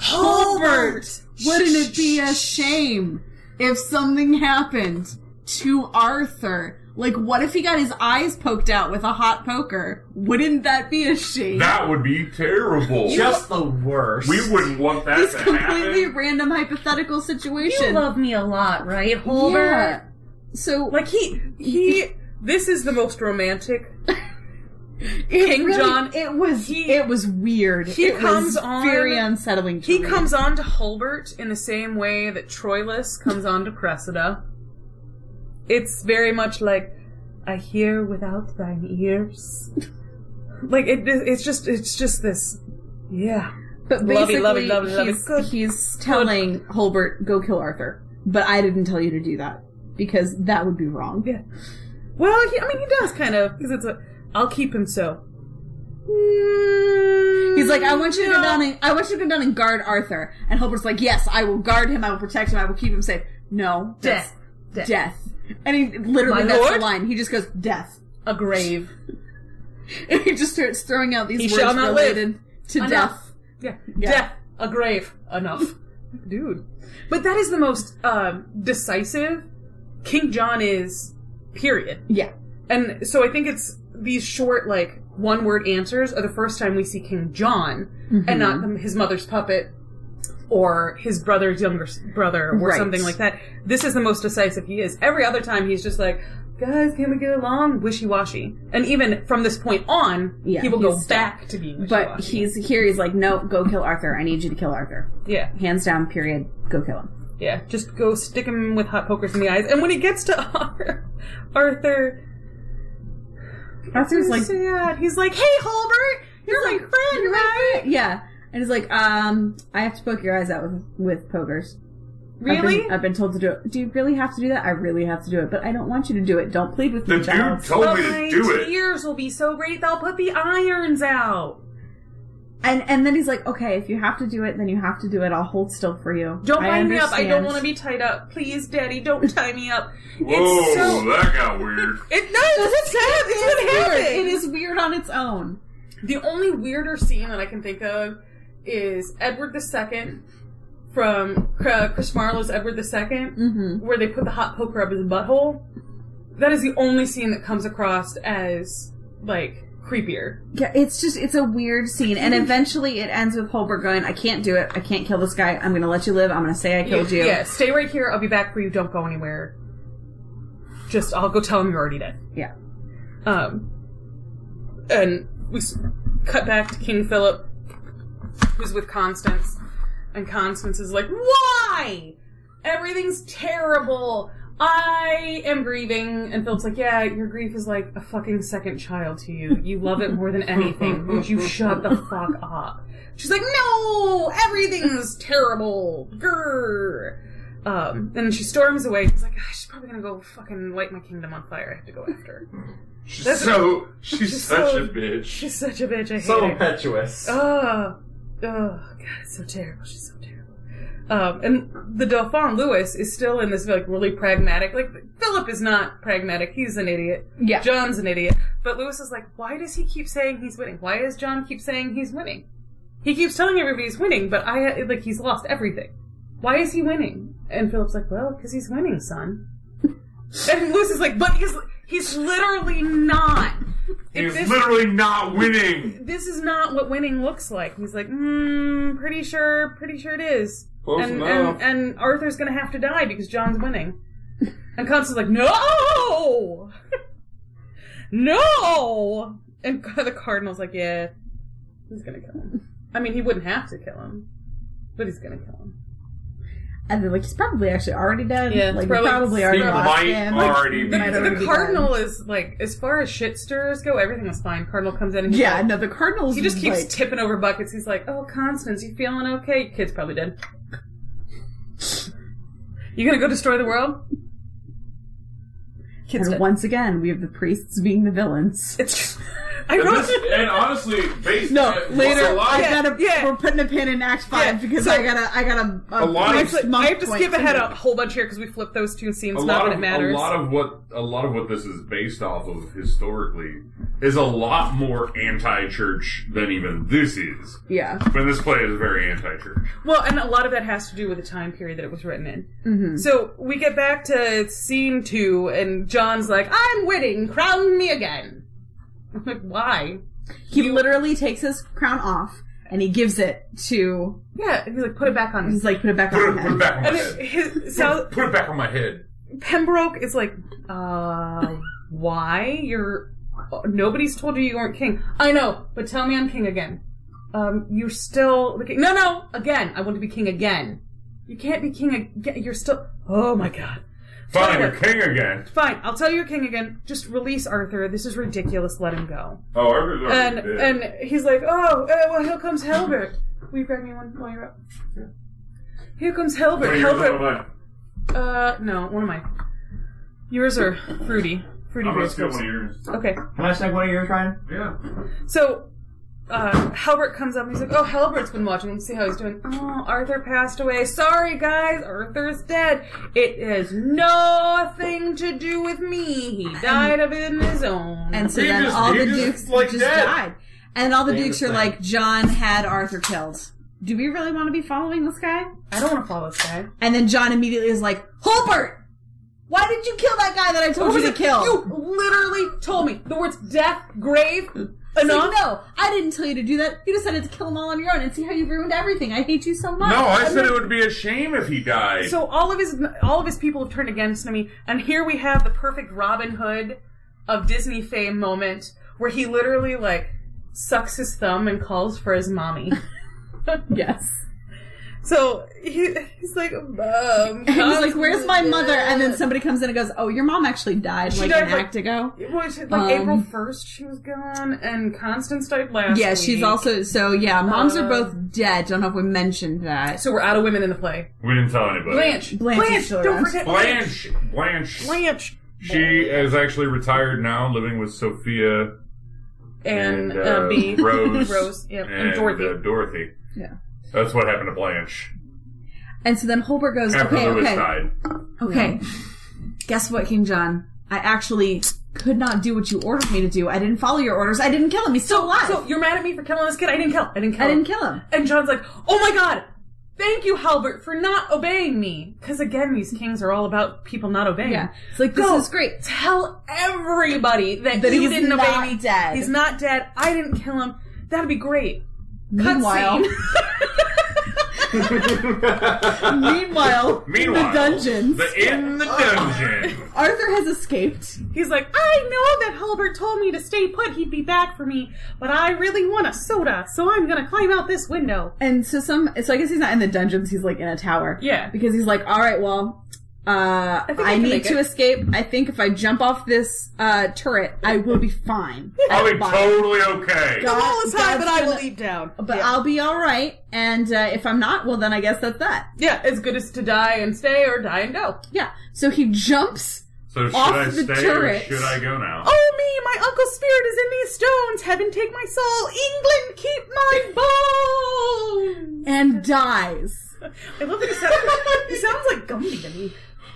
Holbert! Wouldn't it be a shame if something happened to Arthur? Like what if he got his eyes poked out with a hot poker? Wouldn't that be a shame? That would be terrible. Just the worst. we wouldn't want that this to completely happen. random hypothetical situation. me a lot, right, yeah. So Like he he this is the most romantic King really- John. It was he- it was weird. he it was comes on- very unsettling. To He read. comes on to Holbert in the same way that Troilus comes on to Cressida. It's very much like I hear without thine ears. like it, it's just it's just this yeah. but lovey, basically lovey, lovey, lovey. he's, Good. he's telling Holbert go kill Arthur, but I didn't tell you to do that because that would be wrong. Yeah. Well, he, I mean he does kind of because it's a I'll keep him so. He's like, I want you to go down and I want you to go down and guard Arthur, and Holbert's like, yes, I will guard him, I will protect him, I will keep him safe. No, Death. death, death. And he literally My that's the lord? line. He just goes death. a grave. And he just starts throwing out these He words shall not live. related to Enough. death. Yeah. Yeah. Death, a grave, enough. Dude. But that is the most um, decisive King John is, period. Yeah. And so I think it's these short, like, one word answers are the first time we see King John and not the, his mother's puppet or his brother's younger s- brother or Right. something like that. This is the most decisive he is. Every other time he's just like, guys, can we get along? Wishy washy. And even from this point on, Yeah, he will go he's- back to being wishy washy. But he's here. He's like, no, go kill Arthur. I need you to kill Arthur. Yeah. Hands down. Period. Go kill him. Yeah, just go stick him with hot pokers in the eyes. And when he gets to Ar- Arthur. Arthur's Arthur's like- sad. He's like, "Hey, Holbert, you're my friend, right? Yeah. And he's like, um, I have to poke your eyes out with, with pokers. I've been- Really? I've been told to do it. Do you really have to do that? I really have to do it, but I don't want you to do it. Don't plead with The me, dude child. told me my to do it. tears will be so great they'll put the irons out. and and then he's like, okay, if you have to do it, then you have to do it. I'll hold still for you. Don't I bind me up. I don't understand." want to be tied up. Please, Daddy, don't tie me up. Whoa, It's so. that got weird. It no, it's sad. It's what Weird. happened. It is weird on its own. The only weirder scene that I can think of is Edward II from uh, Chris Marlowe's Edward II, Mm-hmm. where they put the hot poker up his butthole. That is the only scene that comes across as like creepier. Yeah, it's just it's a weird scene, and eventually it ends with Holbert going, "I can't do it. I can't kill this guy. I'm going to let you live. I'm going to say I killed you." Yeah, stay right here. I'll be back for you. Don't go anywhere. Just, I'll go tell him you're already dead. Yeah. Um, and we s- cut back to King Philip, who's with Constance, and Constance is like, "Why? Everything's terrible. I am grieving." And Philip's like, "Yeah, your grief is like a fucking second child to you. You love it more than anything. Would you shut the fuck up?" She's like, "No, everything's terrible. Grr." Um, then she storms away. He's like, "Ah, "She's probably gonna go fucking light my kingdom on fire. I have to go after her." She's That's- so she's, She's such so- a bitch. She's such a bitch. I hate So her. impetuous. Oh, oh, God, it's so terrible. She's so terrible. Um, and the Dauphin Louis is still in this like really pragmatic. Like Philip is not pragmatic. He's an idiot. Yeah. John's an idiot. But Louis is like, why does he keep saying he's winning? Why does John keep saying he's winning? He keeps telling everybody he's winning, but I like he's lost everything. Why is he winning? And Philip's like, well, because he's winning, son. and Louis is like, but he's he's literally not. If He's this- literally not winning. this is not what winning looks like. He's like, mm, pretty sure, pretty sure it is. Close and, enough. and and Arthur's gonna have to die because John's winning. And Constance's like, no, no. And the cardinal's like, yeah, he's gonna kill him. I mean, he wouldn't have to kill him, but he's gonna kill him. And they're like, "He's probably actually already dead. Yeah, like we probably- probably already He lost might him. already Like, be might dead. already The be cardinal is like, as far as shit stirrers go, everything is fine. Cardinal comes in and dead. he's Yeah, like, no, the Cardinals. He just keeps like, tipping over buckets. He's like, "Oh, Constance, you feeling okay? Your kid's probably dead. You gonna go destroy the world? Kid's and dead. once again, we have the priests being the villains. It's. I And, wrote. this, and honestly, based No, on- later. a lot, I Yeah, gotta. yeah. We're putting a pin in Act Five Yeah, because so- I gotta. I gotta. A lot of- next month I have to point skip ahead to a whole bunch here because we flipped those two scenes. a Not lot that of it matters. a lot of what a lot of what this is based off of historically is a lot more anti-church than even this is. Yeah. But this play is very anti-church. Well, and a lot of that has to do with the time period that it was written in. So we get back to scene two, and John's like, "I'm winning. Crown me again." I'm like, "Why?" He literally takes his crown off and he gives it to. Yeah, and he's like, "Put it back on." He's like, put it back Put on. it, him. put it back on my And head. it, his, so Put it back on my head. Pembroke is like, uh, why? You're. Nobody's told you you weren't king. I know, but tell me I'm king again. Um, you're still the king. No, no, again. I want to be king again. You can't be king again. You're still. Oh my god. Fine, Tyler. you're king again. Fine, I'll tell you you're king again. Just release Arthur. This is ridiculous. Let him go. Oh, everything's And already dead. and he's like, oh, uh, well, here comes Helbert. Will you grab me one while you're up? Here comes Helbert. Hey, you're Helbert. one of mine. Uh, no, one of mine. Yours are fruity. Fruity I'm gonna grapes. steal one of yours. Okay. Can I snag one of yours, Ryan? Yeah. So, uh, Halbert comes up and he's like, oh, Halbert's been watching. Let's see how he's doing. Oh, Arthur passed away. Sorry, guys. Arthur's dead. It has nothing to do with me. He died of it on his own. And so He then just- all he the just, dukes like, just dead. died, and all the They dukes were are saying. like, John had Arthur killed. Do we really want to be following this guy? I don't want to follow this guy. And then John immediately is like, Holbert, why did you kill that guy that I told you to kill? You literally told me the words death, grave, It's like, enough. no, I didn't tell you to do that. You decided to kill them all on your own and see how you've ruined everything. I hate you so much. No, I I'm said like- it would be a shame if he died. So all of his all of his people have turned against me, and here we have the perfect Robin Hood of Disney fame moment where he literally like sucks his thumb and calls for his mommy. Yes. So he, he's like, um, And he's like, "Where's my mother?" And then somebody comes in and goes, "Oh, your mom actually died She like died, an like- act ago." Well, she, like Um, April first, she was gone, and Constance died last. Yeah, she's week. also so. Yeah, moms Uh, are both dead. Don't know if we mentioned that. So we're out of women in the play. We didn't tell anybody. Blanche, Blanche is still don't around. forget Blanche. Blanche. Blanche, She is actually retired now, living with Sophia and, and, uh, uh, B, Rose, Rose, yeah, and, Dorothy. uh, Dorothy. Yeah. That's what happened to Blanche And so then Holbert goes, after "Okay, Lewis okay, died. okay. Guess what, King John? I actually could not do what you ordered me to do. I didn't follow your orders. I didn't kill him. He's still alive. so you're mad at me for killing this kid? I didn't kill. I didn't kill. I him. didn't kill him." And John's like, "Oh my god." Thank you, Halbert, for not obeying me. Because again, these kings are all about people not obeying. Yeah, it's like this Go is great. Tell everybody that, That you he's didn't not obey me. dead. He's not dead. I didn't kill him. That'd be great. Meanwhile, Cutscene. meanwhile, Meanwhile, in the dungeons, The, in the dungeon. Arthur has escaped. He's like, I know that Halbert told me to stay put. He'd be back for me, but I really want a soda, so I'm gonna climb out this window. And so some, so I guess he's not in the dungeons. He's like in a tower. Yeah. because he's like, all right, well, uh, I, think I can need make to it." escape. I think if I jump off this uh, turret, I will be fine. I'll be At the bottom. totally okay. God- All is high, God's but I will gonna- leap down. But yeah. I'll be all right. And uh, if I'm not, well, then I guess that's that. yeah, as good as to die and stay, or die and go. Yeah. So he jumps. So should Off I the stay turret. or should I go now? Oh me, my uncle's spirit is in these stones. Heaven take my soul. England keep my bones. and dies. I love that he sounds. he sounds like Gumby to me.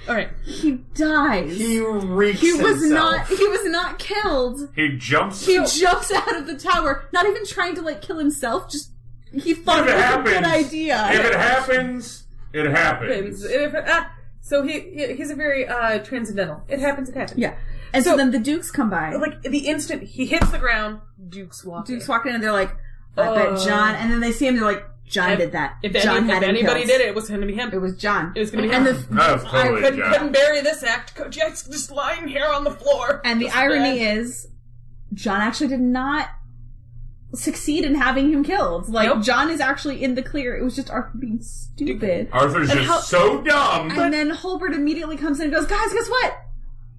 All right, He dies. He reeks He was himself. not. He was not killed. He jumps. He jumps out of the tower, not even trying to like kill himself. Just he thought if it it was a happens, good idea. If it happens, it happens. happens. If, ah, so he he- he's a very uh, transcendental. It happens. It happens. yeah. And so, So- then the Dukes come by. Like the instant he hits the ground, Duke's walking. Dukes walk in and they're like, "I bet Oh. John." And then they see him. They're like, "John did that. If, John any, if had him anybody killed. did it, it was going to be him. It was John. It was gonna be and him. the That was I totally couldn't, John. couldn't bury this act. Coach Jack's just lying here on the floor. and the Just irony dead. is, John actually did not succeed in having him killed. Like Nope. John is actually in the clear. It was just Arthur being stupid. Arthur's And just how- so dumb. and then Holbert immediately comes in and goes, "Guys, guess what?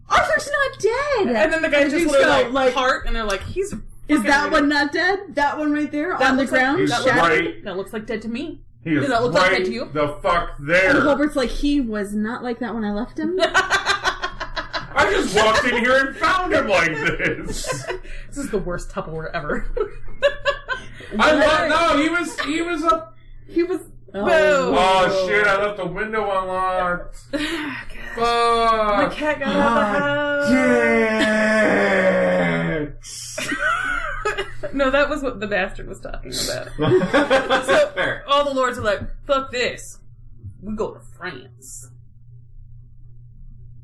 Arthur's not dead." And then the guy just Duke's literally go, like, heart, and they're like, he's. "Is fucking that dead." one not dead? That one right there That on the looks like- ground, He's that shattered?" right. That looks like dead to me. He is Does that look like right that to you? the fuck And there. Holbert's like, "He was not like that when I left him." I just walked in here and found him like this. This is the worst Tupperware ever. I love. No, he was. He was a. he was. Boo. Oh shit! I left the window unlocked. My Fuck. cat got out of the house. No, that was what the bastard was talking about. Fair. All the lords are like, fuck this. We go to France.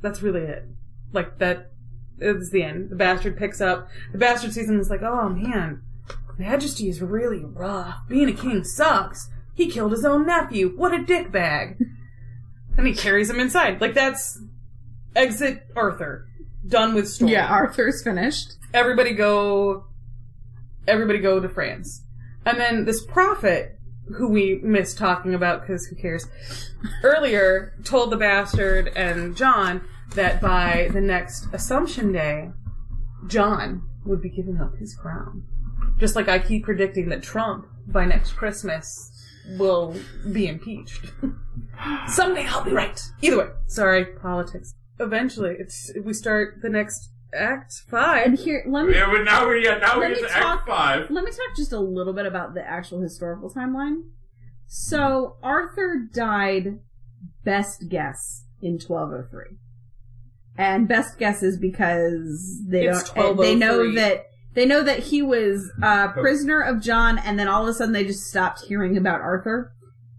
That's really it. Like, that is the end. The bastard picks up. The bastard season is like, oh man, Majesty is really rough. Being a king sucks. He killed his own nephew. What a dickbag. and he carries him inside. Like, that's exit Arthur. Done with story Yeah, Arthur's finished. everybody go everybody go to france and then this prophet who we missed talking about because who cares earlier told the bastard and john that by the next assumption day john would be giving up his crown just like i keep predicting that trump by next christmas will be impeached someday i'll be right either way sorry politics eventually it's we start the next act five And here, let me Yeah, but now we're yeah, now Let we're me to talk- Act Five. let me talk just a little bit about the actual historical timeline. So Arthur died, best guess, in 1203. And best guess is because they It's don't eh, they know 1203. that they know that he was a prisoner of John and then all of a sudden they just stopped hearing about Arthur.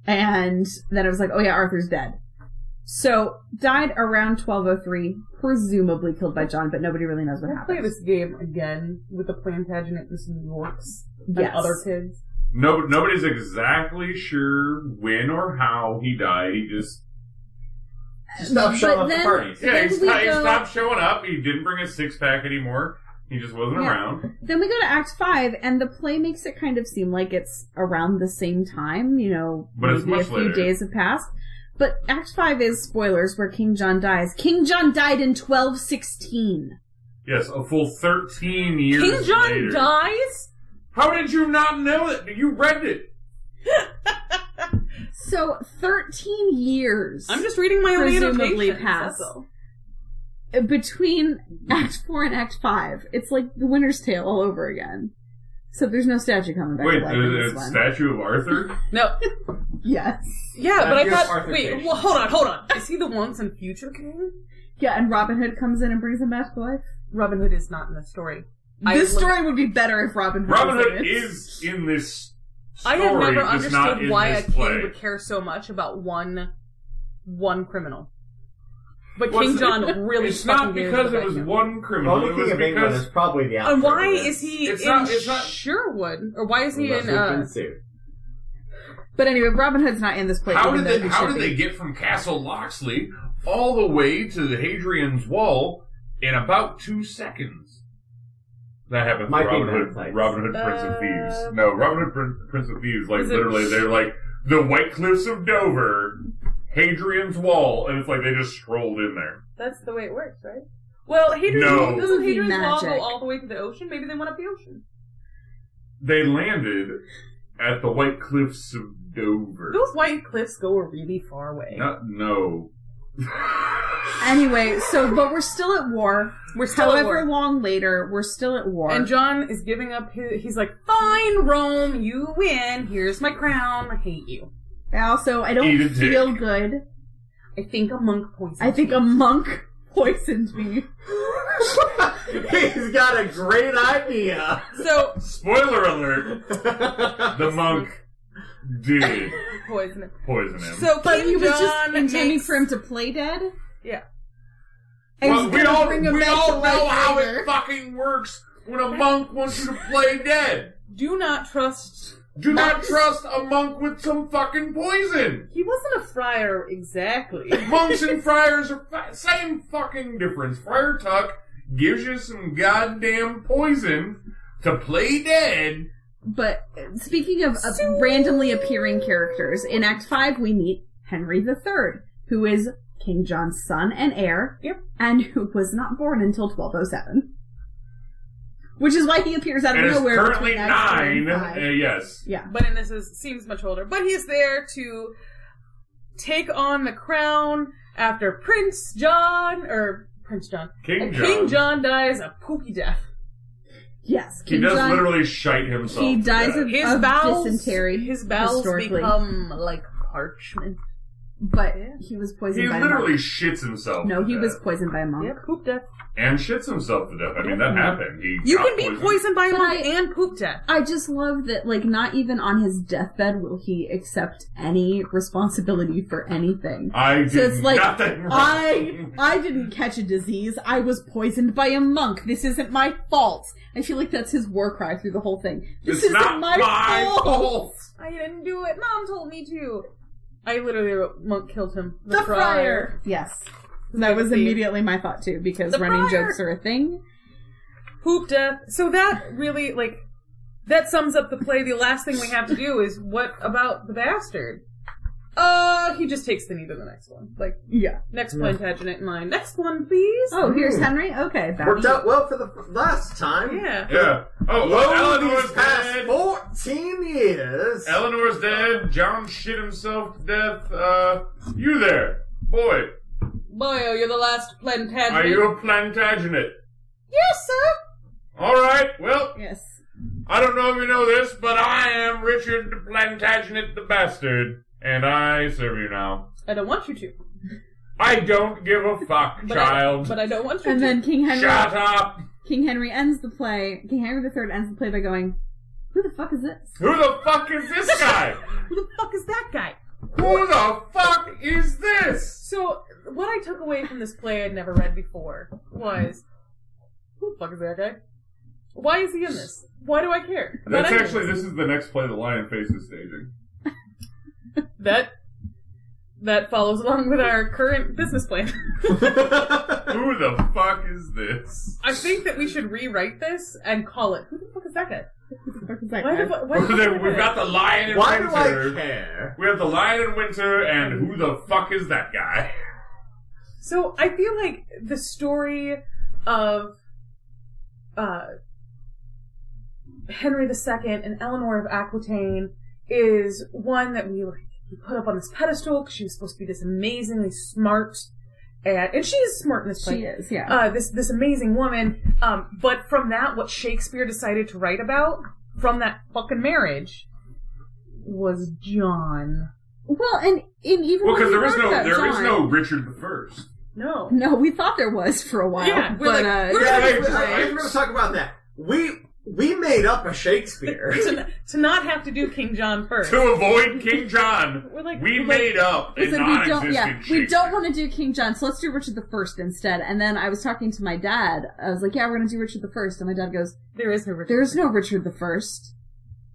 And then it was like, oh yeah, Arthur's dead. So died around 1203, presumably killed by John, but nobody really knows what I play happened. this game again with the Plantagenet and some Yorks and Yes. other kids. No, nobody's exactly sure when or how he died. He just Stop showing But up to then- parties. yeah, he, Then sto- we he go- stopped showing up. He didn't bring a six pack anymore. He just wasn't Yeah. around. Then we go to Act Five, and the play makes it kind of seem like it's around the same time. You know, But it's maybe much a few later. days have passed. But Act Five is spoilers, where King John dies. King John died in twelve sixteen. Yes, a full 13 years King John later. dies? How did you not know it? You read it. So thirteen years I'm just reading my own presumably annotations, passed that's all. between Act Four and Act Five. It's like The Winter's Tale all over again. So there's no statue coming back. Wait, to life in the, this the one. statue of Arthur? No, yes, yeah, but I Here's thought. Arthur Page. Wait, well, hold on, hold on. Is he the once and future king? yeah, and Robin Hood comes in and brings him back to life. Robin Hood is not in the story. I This looked- story would be better if Robin Hood. Robin was in Hood it. is in this I story, have never just not understood in why a this king play. would care so much about one one criminal. But Well, King it's- John really It's fucking not cares because about it was him. one The criminal. only It was king of England is because probably the And outlaw. why is he It's in not- it's not- Sherwood? Or why is he Unless in we've been uh sued. But anyway, Robin Hood's not in this play. how even did though they he how should did be. they get from Castle Loxley all the way to the Hadrian's Wall in about two seconds? That happened. to Might be Robin Knights. Hood, Robin Hood, Prince of Uh, Thieves. No, Robin Hood, Prin- Prince of Thieves. Like Was it- literally, they're like the White Cliffs of Dover, Hadrian's Wall, and it's like they just strolled in there. That's the way it works, right? Well, Hadrian's No. Wall doesn't Hadrian's Wall go Magic. all the way to the ocean? Maybe they went up the ocean. They landed at the White Cliffs of Dover. Those white cliffs go really far away. Not no. Anyway, so but we're still at war. We're still at war. However long later, we're still at war. And John is giving up his he's like, Fine, Rome, you win. Here's my crown. I hate you. I also, I don't Eat a dick. feel good. I think a monk points. I think a monk poisoned me. He's got a great idea. so Spoiler alert: the monk did poison him. poison him. So But King he was just John intending makes- for him to play dead. Yeah. And well, he's we gonna all bring him we back to all know life how later. it fucking works when a monk wants you to play dead. do not trust Do not trust a monk with some fucking poison. he wasn't a friar exactly. Monks and friars are fi- same fucking difference. Friar Tuck gives you some goddamn poison to play dead. But uh, speaking of, of randomly appearing characters, in Act Five we meet Henry III, who is King John's son and heir, Yep. and who was not born until 1207, which is why he appears out of And it's nowhere. currently between Acts four and nine. five. Uh, yes. Yeah, but and this is seems much older. But he's there to take on the crown after Prince John or Prince John. King John. King John dies a poopy death. yes, He King does John- literally shite himself. He to dies death. of, His of bowels dysentery. his bowels historically. become like parchment. but Yeah. he was poisoned He by literally a shits himself. monk. No, to he death. was poisoned by a monk. Yeah, poop death. and shits himself to death. I mean, that happened. He You got can be poisoned by a But monk I- and poop death. I just love that, like, not even on his deathbed will he accept any responsibility for anything. I did So it's like nothing wrong. I I didn't catch a disease. I was poisoned by a monk. This isn't my fault. I feel like that's his war cry through the whole thing. This It's isn't not my, fault. I didn't do it. Mom told me to. I literally wrote monk killed him. The, friar. Yes, that was immediately my thought too, because The running friar. jokes are a thing. Poop death. So that really like that sums up the play. The last thing we have to do is what about the bastard? Uh, he just takes the knee to the next one. Like Yeah. next Plantagenet in line. Next one, please. Oh, here's Hmm. Henry. Okay, back. Worked out well for the f- last time. yeah. Yeah. Oh, well, Well, Eleanor's these past dead. 14 years. Eleanor's dead. John shit himself to death. Uh, you there, boy? Boyo, you're the last Plantagenet. Are you a Plantagenet? Yes, sir. All right. Well, Yes. I don't know if you know this, but I am Richard the Plantagenet the Bastard, and I serve you now. I don't want you to. I don't give a fuck, But I, child. but I don't want you And to. then King Henry. Shut up. King Henry ends the play. King Henry III ends the play by going, "Who the fuck is this?" Who the fuck is this guy? Who the fuck is that guy? Who the fuck is this? So, what I took away from this play I'd never read before was, who the fuck is that guy? Why is he in this? Why do I care? about That's any of actually this? this is the next play the Lion Face is staging. that that follows along with our current business plan. Who the fuck is this? I think that we should rewrite this and call it. Who the fuck is that guy? Fuck is that Why guy? the fuck? Why the fuck is that guy? We've got the lion in Why do I winter. care? We have the lion in winter, and who the fuck is that guy? So I feel like the story of uh, Henry II and Eleanor of Aquitaine is one that we like we put up on this pedestal because she was supposed to be this amazingly smart, and, and she is smart in this play. She is, yeah. Uh, this this amazing woman. Um, but from that, what Shakespeare decided to write about from that fucking marriage was John. well, and, and even Well, because when there we is heard no about there is John- no Richard the First. No, No, we thought there was for a while. Yeah, we're but like, uh, we're- Yeah, Right, we- I- I- right. we're going to talk about that. We we made up a Shakespeare. to, to not have to do King John first. To avoid King John, We're like- we we're like- made up a we said we non-existent don't. Yeah, we Shakespeare. don't want to do King John, so let's do Richard the First instead. And then I was talking to my dad. I was like, "Yeah, we're gonna do Richard the First. And my dad goes, There is no Richard. "There's no Richard the First.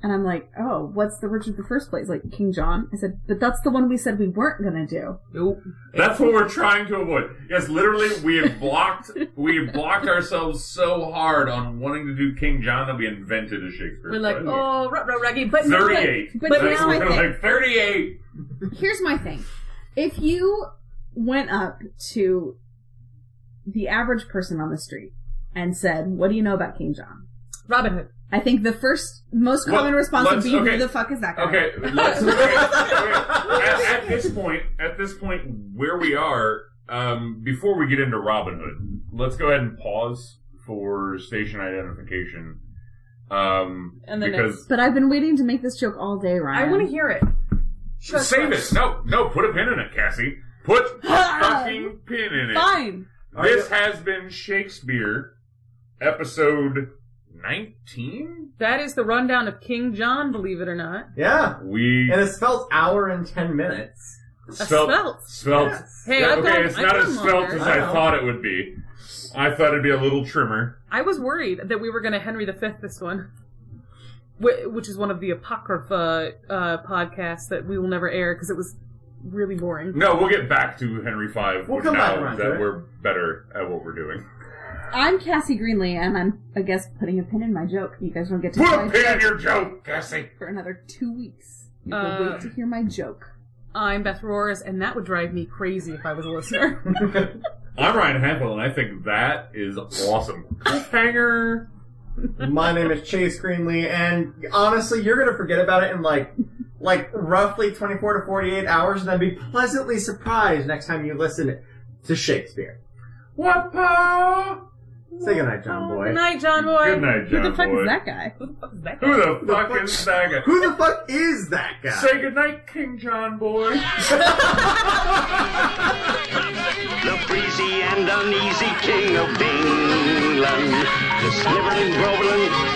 And I'm like, "Oh, what's the Richard the First place? Like King John?" I said, "But that's the one we said we weren't gonna do." Nope. That's what we're trying to avoid. Yes, literally, we had blocked we had blocked ourselves so hard on wanting to do King John that we invented a Shakespeare. We're like, play. oh, ruh, ruh, ruggy, but no, but- Thirty-eight. But- but That's- now I we're think- like thirty-eight. Here's my thing: if you went up to the average person on the street and said, "What do you know about King John?" Robin Hood. I think the first most common Well, response would let's- be, okay. "Who the fuck is that guy?" Okay, let's. okay, okay. At, at this point, at this point, where we are, um, before we get into Robin Hood, let's go ahead and pause for station identification. Um, And the because But I've been waiting to make this joke all day, Ryan. I want to hear it. Trust Save us. it. No, no, put a pin in it, Cassie. Put a fucking pin in it. Fine. Oh, This has been Shakespeare, episode 19? That is the rundown of King John, believe it or not. yeah. We And it's spelled hour and ten minutes. spelt. spelt. spelt. Yes. Hey, Yeah, I've okay, gone- it's I've not gone as spelt longer. as I I know. thought it would be. I thought it'd be a little trimmer. I was worried that we were going to Henry V this one, Wh- which is one of the Apocrypha uh, podcasts that we will never air because it was really boring. No, we'll get back to Henry V We'll come back now around to that it. we're better at what we're doing. I'm Cassie Greenlee, and I'm, I guess, putting a pin in my joke. You guys won't get to Put hear a my pin joke in your joke, Cassie! for another two weeks. You will Uh, wait to hear my joke. I'm Beth Roars, and that would drive me crazy if I was a listener. I'm Ryan Hempel, and I think that is awesome. Hanger! My name is Chase Greenlee, and honestly, you're gonna forget about it in like, like roughly 24 to 48 hours, and I'd be pleasantly surprised next time you listen to Shakespeare. What pa? Say goodnight, John Good Boy. night, John boy. Good night, Who John the fuck boy. is that guy? Who the fuck is that guy? Who the fuck is that guy? Who the fuck is that guy? Say goodnight, King John boy. The breezy and uneasy king of England, the sniveling, groveling,